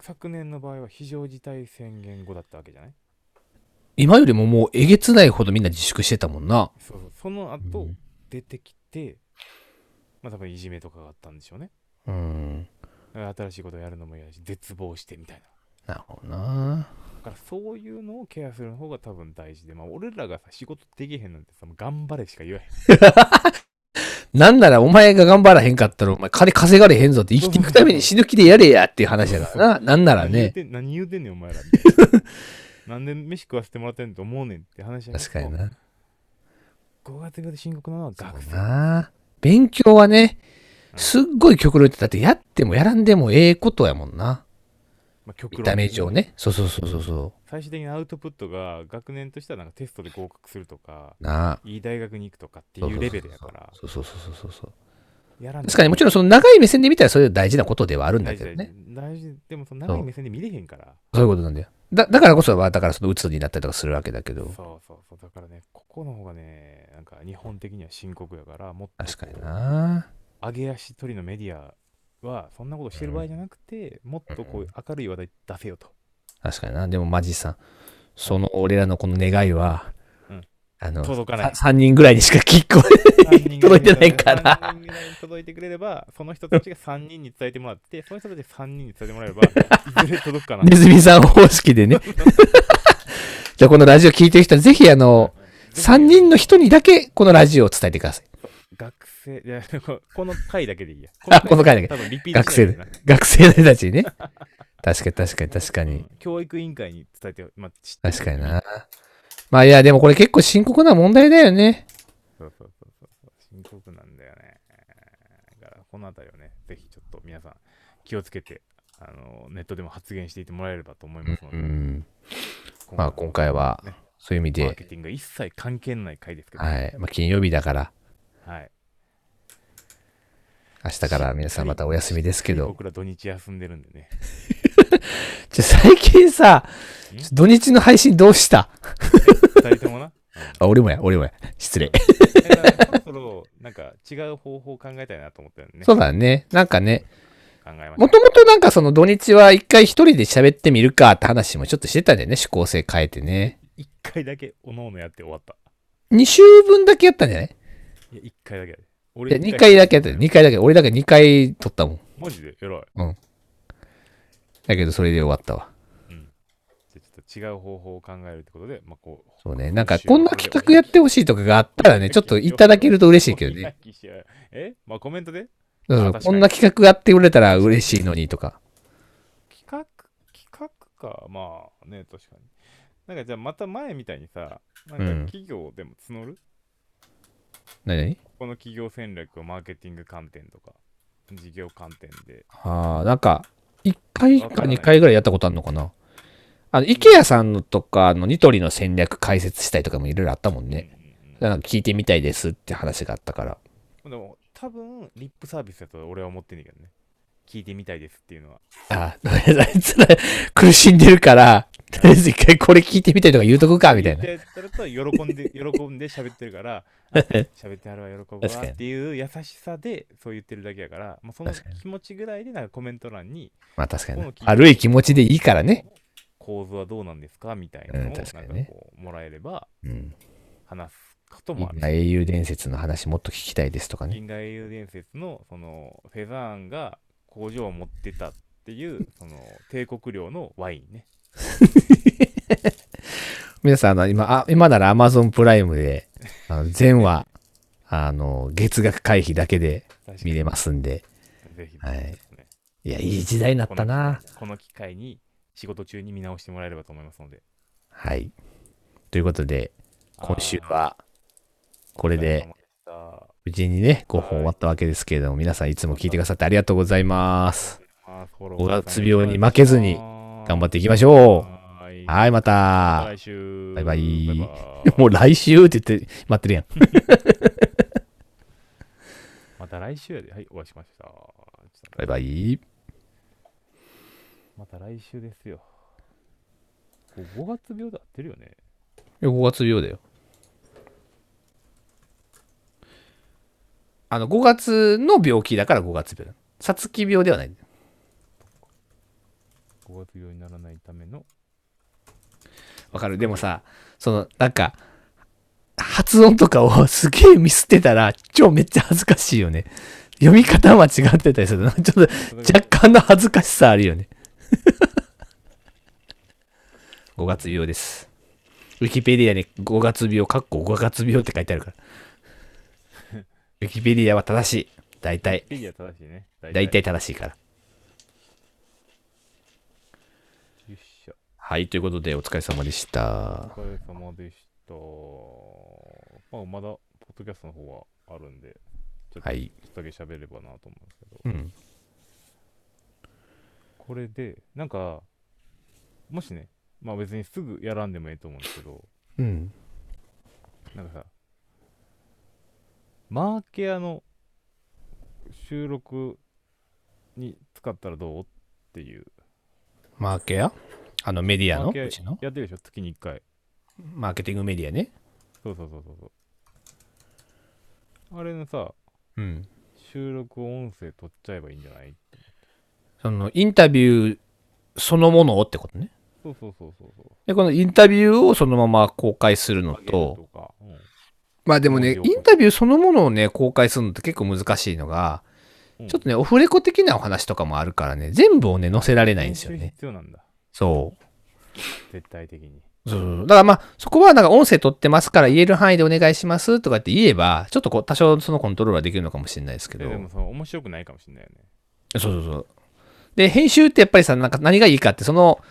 B: 昨年の場合は非常事態宣言後だったわけじゃない
A: 今よりももうえげつないほどみんな自粛してたもんな。
B: そうそうその
A: う
B: 後
A: ん
B: 出てきて、まあ多分いじめとかがあったんでしょうね
A: うん。
B: だから新しいことをやるのも嫌だし絶望してみたいな
A: なるほどな。
B: だからそういうのをケアする方が多分大事でまあ俺らがさ仕事できへんなんてさもう頑張れしか言えへん
A: なんならお前が頑張らへんかったらお前金稼がれへんぞって生きていくために死ぬ気でやれやっていう話だ からな。なんなら
B: 何言う
A: ね。
B: てん何言うてんねんお前ら なんで飯食わせてもらってんねんと思うねんって話やけど
A: 確かにな。
B: 5月病で深刻なのは学生
A: な勉強はね、すっごい極力だってやってもやらんでもええことやもんな。
B: まあ、極
A: 見
B: 論
A: た目上ね。そうそうそうそうそ
B: 最終的なアウトプットが学年としてはなんかテストで合格するとか
A: う。なあ。
B: いい大学に行くとかっていうレベルやから
A: そうそうそうそうそうそう。
B: やらん
A: 確かにもちろんその長い目線で見たらそれ大事なことではあるんだ
B: 大
A: け
B: 事
A: どね。
B: 大事でもその長い目線で見れへんから
A: そういうことなんだよ。だだからこそ、まあだからその鬱になったりとかするわけだけ
B: そう
A: ど。
B: そうそうだからねここの方がねなんか日本的には深刻やからもっと
A: 確かにな。
B: 上げ足取りのメディアはそんなことしてる場合じゃなくて、もっとこう明るい話題出せよと
A: 確かにな。でもマジさん、その俺らのこの願いは、
B: うん
A: あの、
B: 届かない
A: 3人ぐらいにしか聞こえ 届いてないから
B: 3人ぐらいに届いてくれれば、その人たちが3人に伝えてもらって、その人たちが3人に伝えてもら えれば、いずれ届くかな。
A: ネズミさん方式でね。じゃあこのラジオ聞いてる人はぜひあの、3人の人にだけこのラジオを伝えてください。
B: 学生、いや、ここの回だけでいいや。
A: あこの回だけ
B: 多分リピート
A: 学生
B: しない
A: で。学生の人たちにね。確かに確かに確か
B: う
A: に。
B: ん教育委員会に伝えて、まあ、知ってる
A: 確かにな。まあいや、でもこれ結構深刻な問題だよね。
B: そうそうそうそうそう深刻なんだよねだからこの辺りをねぜひちょっと皆さん気をつけてあのネットでも発言していってもらえればと思いますの
C: う
B: で、
C: ん。
B: 今
A: まあ今回は
B: ね、
A: そういう意味
B: マーケ
A: で、
B: ティングが一切関係のない回ですけど、
A: はい。まあ金曜日だから、
B: はい
A: 明日から皆さんまたお休みですけど。
B: 僕ら土日休んでるんでね
A: ちょ、最近さ、ちょ土日の配信どうした
B: 2人ともな、
A: あ、俺もや、俺もや。失礼。
B: うんだからそろそろなんか違う方法を考えたいなと思ってるんでね
A: そうだね。なんかね、
B: 考えまし
A: も
B: た
A: ともとなんかその土日は一回一人で喋ってみるかって話もちょっとしてたんだよね。趣向性変えてね。
B: 1回だけおのおのやって終わった
A: 2週分だけやったんじゃない
B: いや1回だけや
A: いや、
B: で俺
A: 2回だけやったよ。2回だけ。俺だけ2回撮ったもん。
B: マジで偉い
A: だけどそれで終わったわ。
B: じゃあちょっと違う方法を考えるってことで、まあ、こう。
A: そうね。なんかこんな企画やってほしいとかがあったらね、ちょっといただけると嬉しいけどね。。
B: えまあコメントで
A: そうそう
B: あ確かに
A: こんな企画があって売れたら嬉しいのにとか。
B: 企画、企画か。まあね、確かに。なんかじゃあまた前みたいにさ、なん
A: う
B: か
A: ん
B: 企業でも募る、
A: なになに
B: この企業戦略をマーケティング観点とか、事業観点で。
A: ああ、なんか、1回か2回ぐらいやったことあるのかな。あの、IKEA さんのとかのニトリの戦略解説したりとかもいろいろあったもんね。
B: うんうん
A: なんか聞いてみたいですって話があったから。
B: うんでも多分、リップサービスだと俺は思ってんねんけどね。聞いてみたいですっていうのは。
A: あ あ、とりあえずあいつら苦しんでるから、とりあえず一回これ聞いてみたいとか言うとくかみたいな。
B: 言ってやったら喜ん で、喜んで喋ってるから、あ喋ってはるわ、喜ぶ
A: 確
B: わ
A: かに
B: っていう優しさでそう言ってるだけやから、まあ、その
A: 確かに
B: 気持ちぐらいでなんかコメント欄に、
A: まあ確かに
B: こ
A: な
B: の。聞いて
A: 悪い気持ちでいいからね。。
B: 構図はどうなんですかみたいなのを
A: う
B: なんんか
A: 確かにね
B: こうもらえれば
A: うん。
B: 話すこともある。
A: 英雄伝説の話もっと聞きたいですとかね。
B: 銀河英雄伝説のそのフェザーンが工場を持ってたっていうその帝国領のワインね。
A: 皆さん、あの、今、あ、今なら Amazon プライムで、あの全話、あの、月額会費だけで見れ
B: ま
A: ますんで。
B: す。ぜひ、
A: はい
B: ね
A: いや、いい時代になったな。
B: この機会に仕事中に見直してもらえればと思いますので。
A: はい。ということで、今週は、こ
B: こ
A: れで、
B: あ
A: 無事にね、5本終わったわけですけれども、皆さんいつも聞いてくださってありがとうございます。
B: ーフォロー
A: 五月病に負けずに頑張っていきましょ。
B: はーいう
A: はい、ま
B: また
A: た。
B: 来週
A: バイバイ
B: バイバイ
A: もう来週って言って待ってるやん。
B: また来週やではいお会いしました
A: バイバイ。
B: また来週ですよこう五月病で合ってるよね
A: 5月病だよ。あの、5月の病気だから5月病だ。さつき病ではない。
B: 五月病にならないための
A: わかる。でもさ、その、なんか、発音とかをすげえミスってたら、超めっちゃ恥ずかしいよね。読み方間違ってたりするの。ちょっと若干の恥ずかしさあるよね。5月病です。ウィキペディアに5月病、かっこ5月病って書いてあるから。 ウィキペディアは正しい。大体。
B: フィギュア正しいね大
A: 大体正しいから。
B: よっしゃ
A: はい、ということでお疲れ様でし
B: お
A: た。
B: 疲れ様でしたまあまだポッドキャストの方はあるんでちょっと
A: はい。
B: ちょっとだけ喋ればなと思うんですけど、
A: うん。
B: これでなんかもしねまあ別にすぐやらんでもいいと思うんですけど
A: うん。
B: なんかさマーケアの収録に使ったらどうっていう
A: マーケアあのメディアの
B: マーケア
A: うちの
B: やってるでしょ月に1回
A: マーケティングメディアね。
B: そうそうそうそうそうあれのさ
A: うん。
B: 収録音声取っちゃえばいいんじゃない
A: そのインタビューそのものをってことね。
B: そうそうそうそうそう
A: で、このインタビューをそのまま公開するの
B: あげる
A: と、
B: とか、うん
A: まあでもね、イ
B: オーディオ
A: ンタビューそのものをね、公開するのって結構難しいのが、
B: うん
A: ちょっとね、オフレコ的なお話とかもあるからね、全部をね、載せられないんですよ
B: 編集
A: ね。
B: 必要なんだ
A: そ
B: 絶対的に
A: う。そうそうそうだからまあ、そこはなんか音声取ってますから言える範囲でお願いしますとかって言えば、ちょっとこう、多少そのコントロールはできるのかもしれないですけ
B: で
A: ど。
B: でもその面白くないかもしれないよね
A: そうそうそう。で、編集ってやっぱりさ、なんか何がいいかって、その、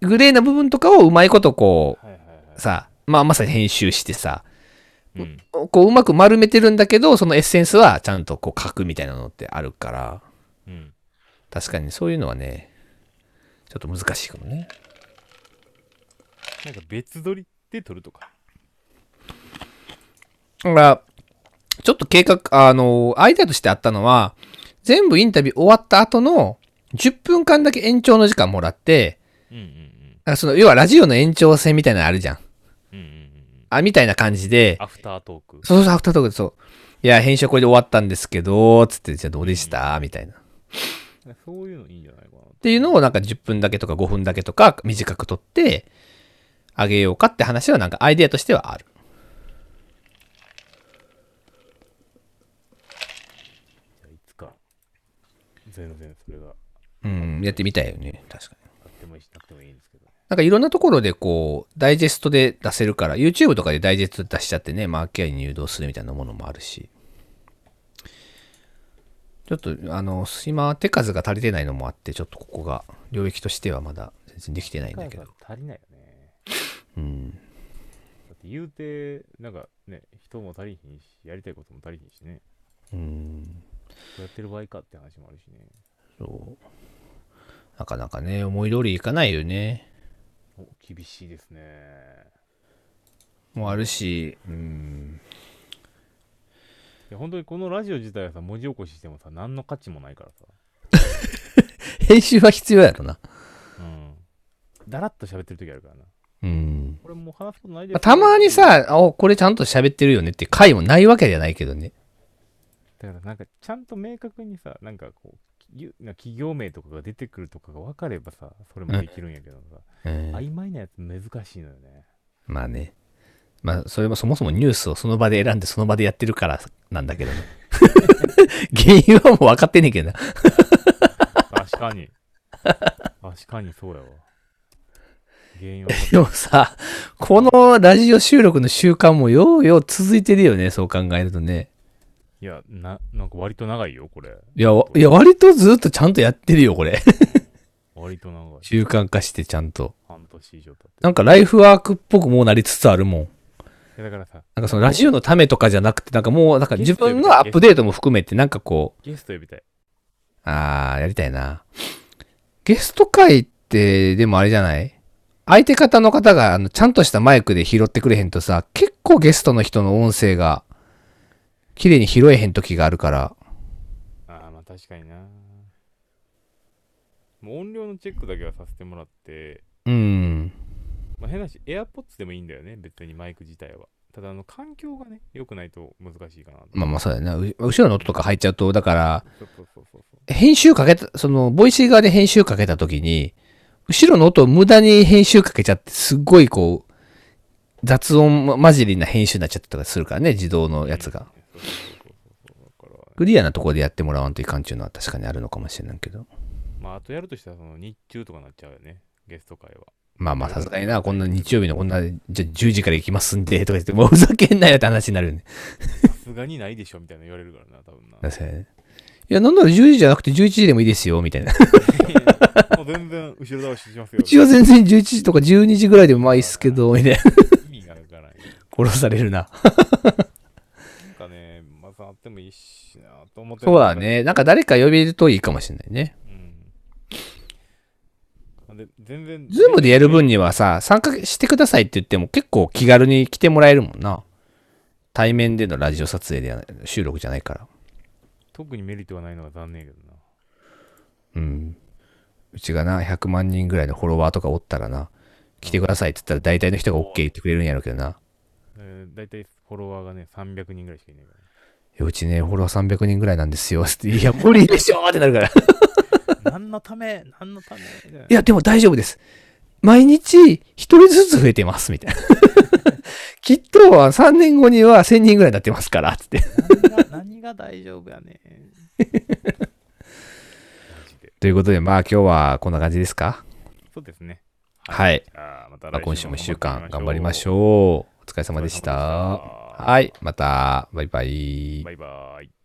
A: グレーな部分とかをうまいことこ
B: はいはいはい。
A: う、さ、まあまさに編集してさ、
B: うん、
A: こううまく丸めてるんだけど、そのエッセンスはちゃんとこう書くみたいなのってあるから、
B: うん。
A: 確かにそういうのはね、ちょっと難しいかもね。
B: なんか別撮りで撮るとか。
A: だから、ちょっと計画、あの、アイデアとしてあったのは、全部インタビュー終わった後の10分間だけ延長の時間もらって、
B: うんうん
A: なんかその、要はラジオの延長戦みたいなのあるじゃん。
B: うん。うんうんうん。
A: あ、みたいな感じで、
B: アフタートーク。
A: そうそう、アフタートークでそう。いや、編集はこれで終わったんですけど、つって、じゃあどうでしたみたいな。っ
B: そういうのいいんじゃないかな。って
A: いうのをなんか10分だけとか5分だけとか短く取って、あげようかって話はなんかアイデアとしてはある。
B: じゃあいつか。全然それが
A: うん、やってみたいよね。確かに。
B: あってもいいしなくてもいいんですけど。
A: なんかいろんなところでこう、ダイジェストで出せるから、YouTube とかでダイジェスト出しちゃってね、マーケアに誘導するみたいなものもあるし。ちょっと、あの、今手数が足りてないのもあって、ちょっとここが、領域としてはまだ全然できてないんだけど。
B: 足りないよね。
A: うん。
B: だって言うて、なんかね、人も足りひんし、やりたいことも足りひんしね。
A: うん。
B: こうやってる場合かって話もあるしね。
A: そう。なかなかね、思い通りいかないよね。
B: お、厳しいですね。
A: もうあるし、うん。
B: いや本当にこのラジオ自体はさ文字起こししてもさ何の価値もないからさ、
A: 編集は必要やろな。
B: うん、だらっと喋ってる時あるからな
A: うん。
B: これもう話すことないです
A: まあた
B: よ
A: まにさ、あ、おこれちゃんと喋ってるよねって回もないわけじゃないけどね。
B: だからなんかちゃんと明確にさなんかこうきな企業名とかが出てくるとかが分かればさそれもできるんやけどさ、
A: うん
B: 曖昧なやつ難しいのよね
A: まあね。まあ、それもそもそもニュースをその場で選んでその場でやってるからなんだけどね。原因はもう分かってんねんけどな。
B: 確 かに確かにそうやわ原因は分か
A: でもさ、このラジオ収録の習慣もようよう続いてるよね、そう考えるとね。
B: いやななんか割と長いよこれ
A: いや、わいや割とずっとちゃんとやってるよ、これ。
B: 割と長い
A: 習慣化してちゃんと。
B: 半年以上経って
A: なんかライフワークっぽくもうなりつつあるもん。
B: いやだからさ
A: なんかそのラジオのためとかじゃなくて、なんかもう、なんか自分のアップデートも含めて、なんかこう、
B: ゲスト呼びたい
A: あー、やりたいな。ゲスト会って、でもあれじゃない相手方の方があのちゃんとしたマイクで拾ってくれへんとさ、結構ゲストの人の音声が綺麗に拾えへん時があるから。
B: ああまあ確かになもう音量のチェックだけはさせてもらって、
A: うん。
B: まあ、変な話 AirPods でもいいんだよね別にマイク自体はただあの環境がね良くないと難しいかなと
A: まあまあそうだよな、ね。後ろの音とか入っちゃうと、だから、
B: そうそうそうそうそう
A: 編集かけた、その、ボイシー側で編集かけた時に、後ろの音を無駄に編集かけちゃって、すっごいこう、雑音混じりな編集になっちゃったりとかするからね、自動のやつが。
B: そうそうそうそうそうだから
A: クリアなところでやってもらわんといかんっていうのは確かにあるのかもしれないけど。
B: まああとやるとしたらその日中とかになっちゃうよねゲスト会は
A: まあまあ、さすがにな、こんな日曜日のこんな、じゃあ10時から行きますんで、とか言って、もうふざけんなよって話になるよね。
B: さすがにないでしょみたいな言われるからな多分な
A: 確かにね。いや、なんなら10時じゃなくて11時でもいいですよ、みたいな。
B: もう全然後ろ倒ししますよ
A: うちは全然11時とか12時ぐらいでもまあいいっすけど、みたいな。
B: 意味がわからない
A: 殺されるな。
B: なんかねまずあってもいいしなと思って
A: そうだね。なんか誰か呼べるといいかもしれないね。
B: うん。で全然。
A: ズームでやる分にはさ、参加してくださいって言っても結構気軽に来てもらえるもんな。対面でのラジオ撮影ではない、収録じゃないから。
B: 特にメリットがないのが残念やけどな。
A: うん。うちがな、100万人ぐらいのフォロワーとかおったらな、来てくださいって言ったら大体の人が OK 言ってくれるんやろうけどな。
B: えー、だいたいフォロワーがね、300人ぐらいしかいないか
A: いやうちね、フォロワー300人ぐらいなんですよ。つ っていや、無理でしょーってなるから。い
B: ら。何のため何のためみたいな
A: や、でも大丈夫です。毎日、一人ずつ増えてます、みたいな。 きっと、3年後には1000人ぐらいになってますから、つって。
B: 何が何が大丈夫やねん。マジで。
A: ということで、まあ今日はこんな感じですか
B: そうですね。
A: はい。
B: あーまた
A: まあ、
B: 来
A: 今週も1週間頑張りまし
B: ょ
A: ょ
B: う。
A: う。お疲れ様
B: お疲れ様
A: で
B: で
A: し。
B: したた
A: はい、また、バイバイ
B: バイバイ。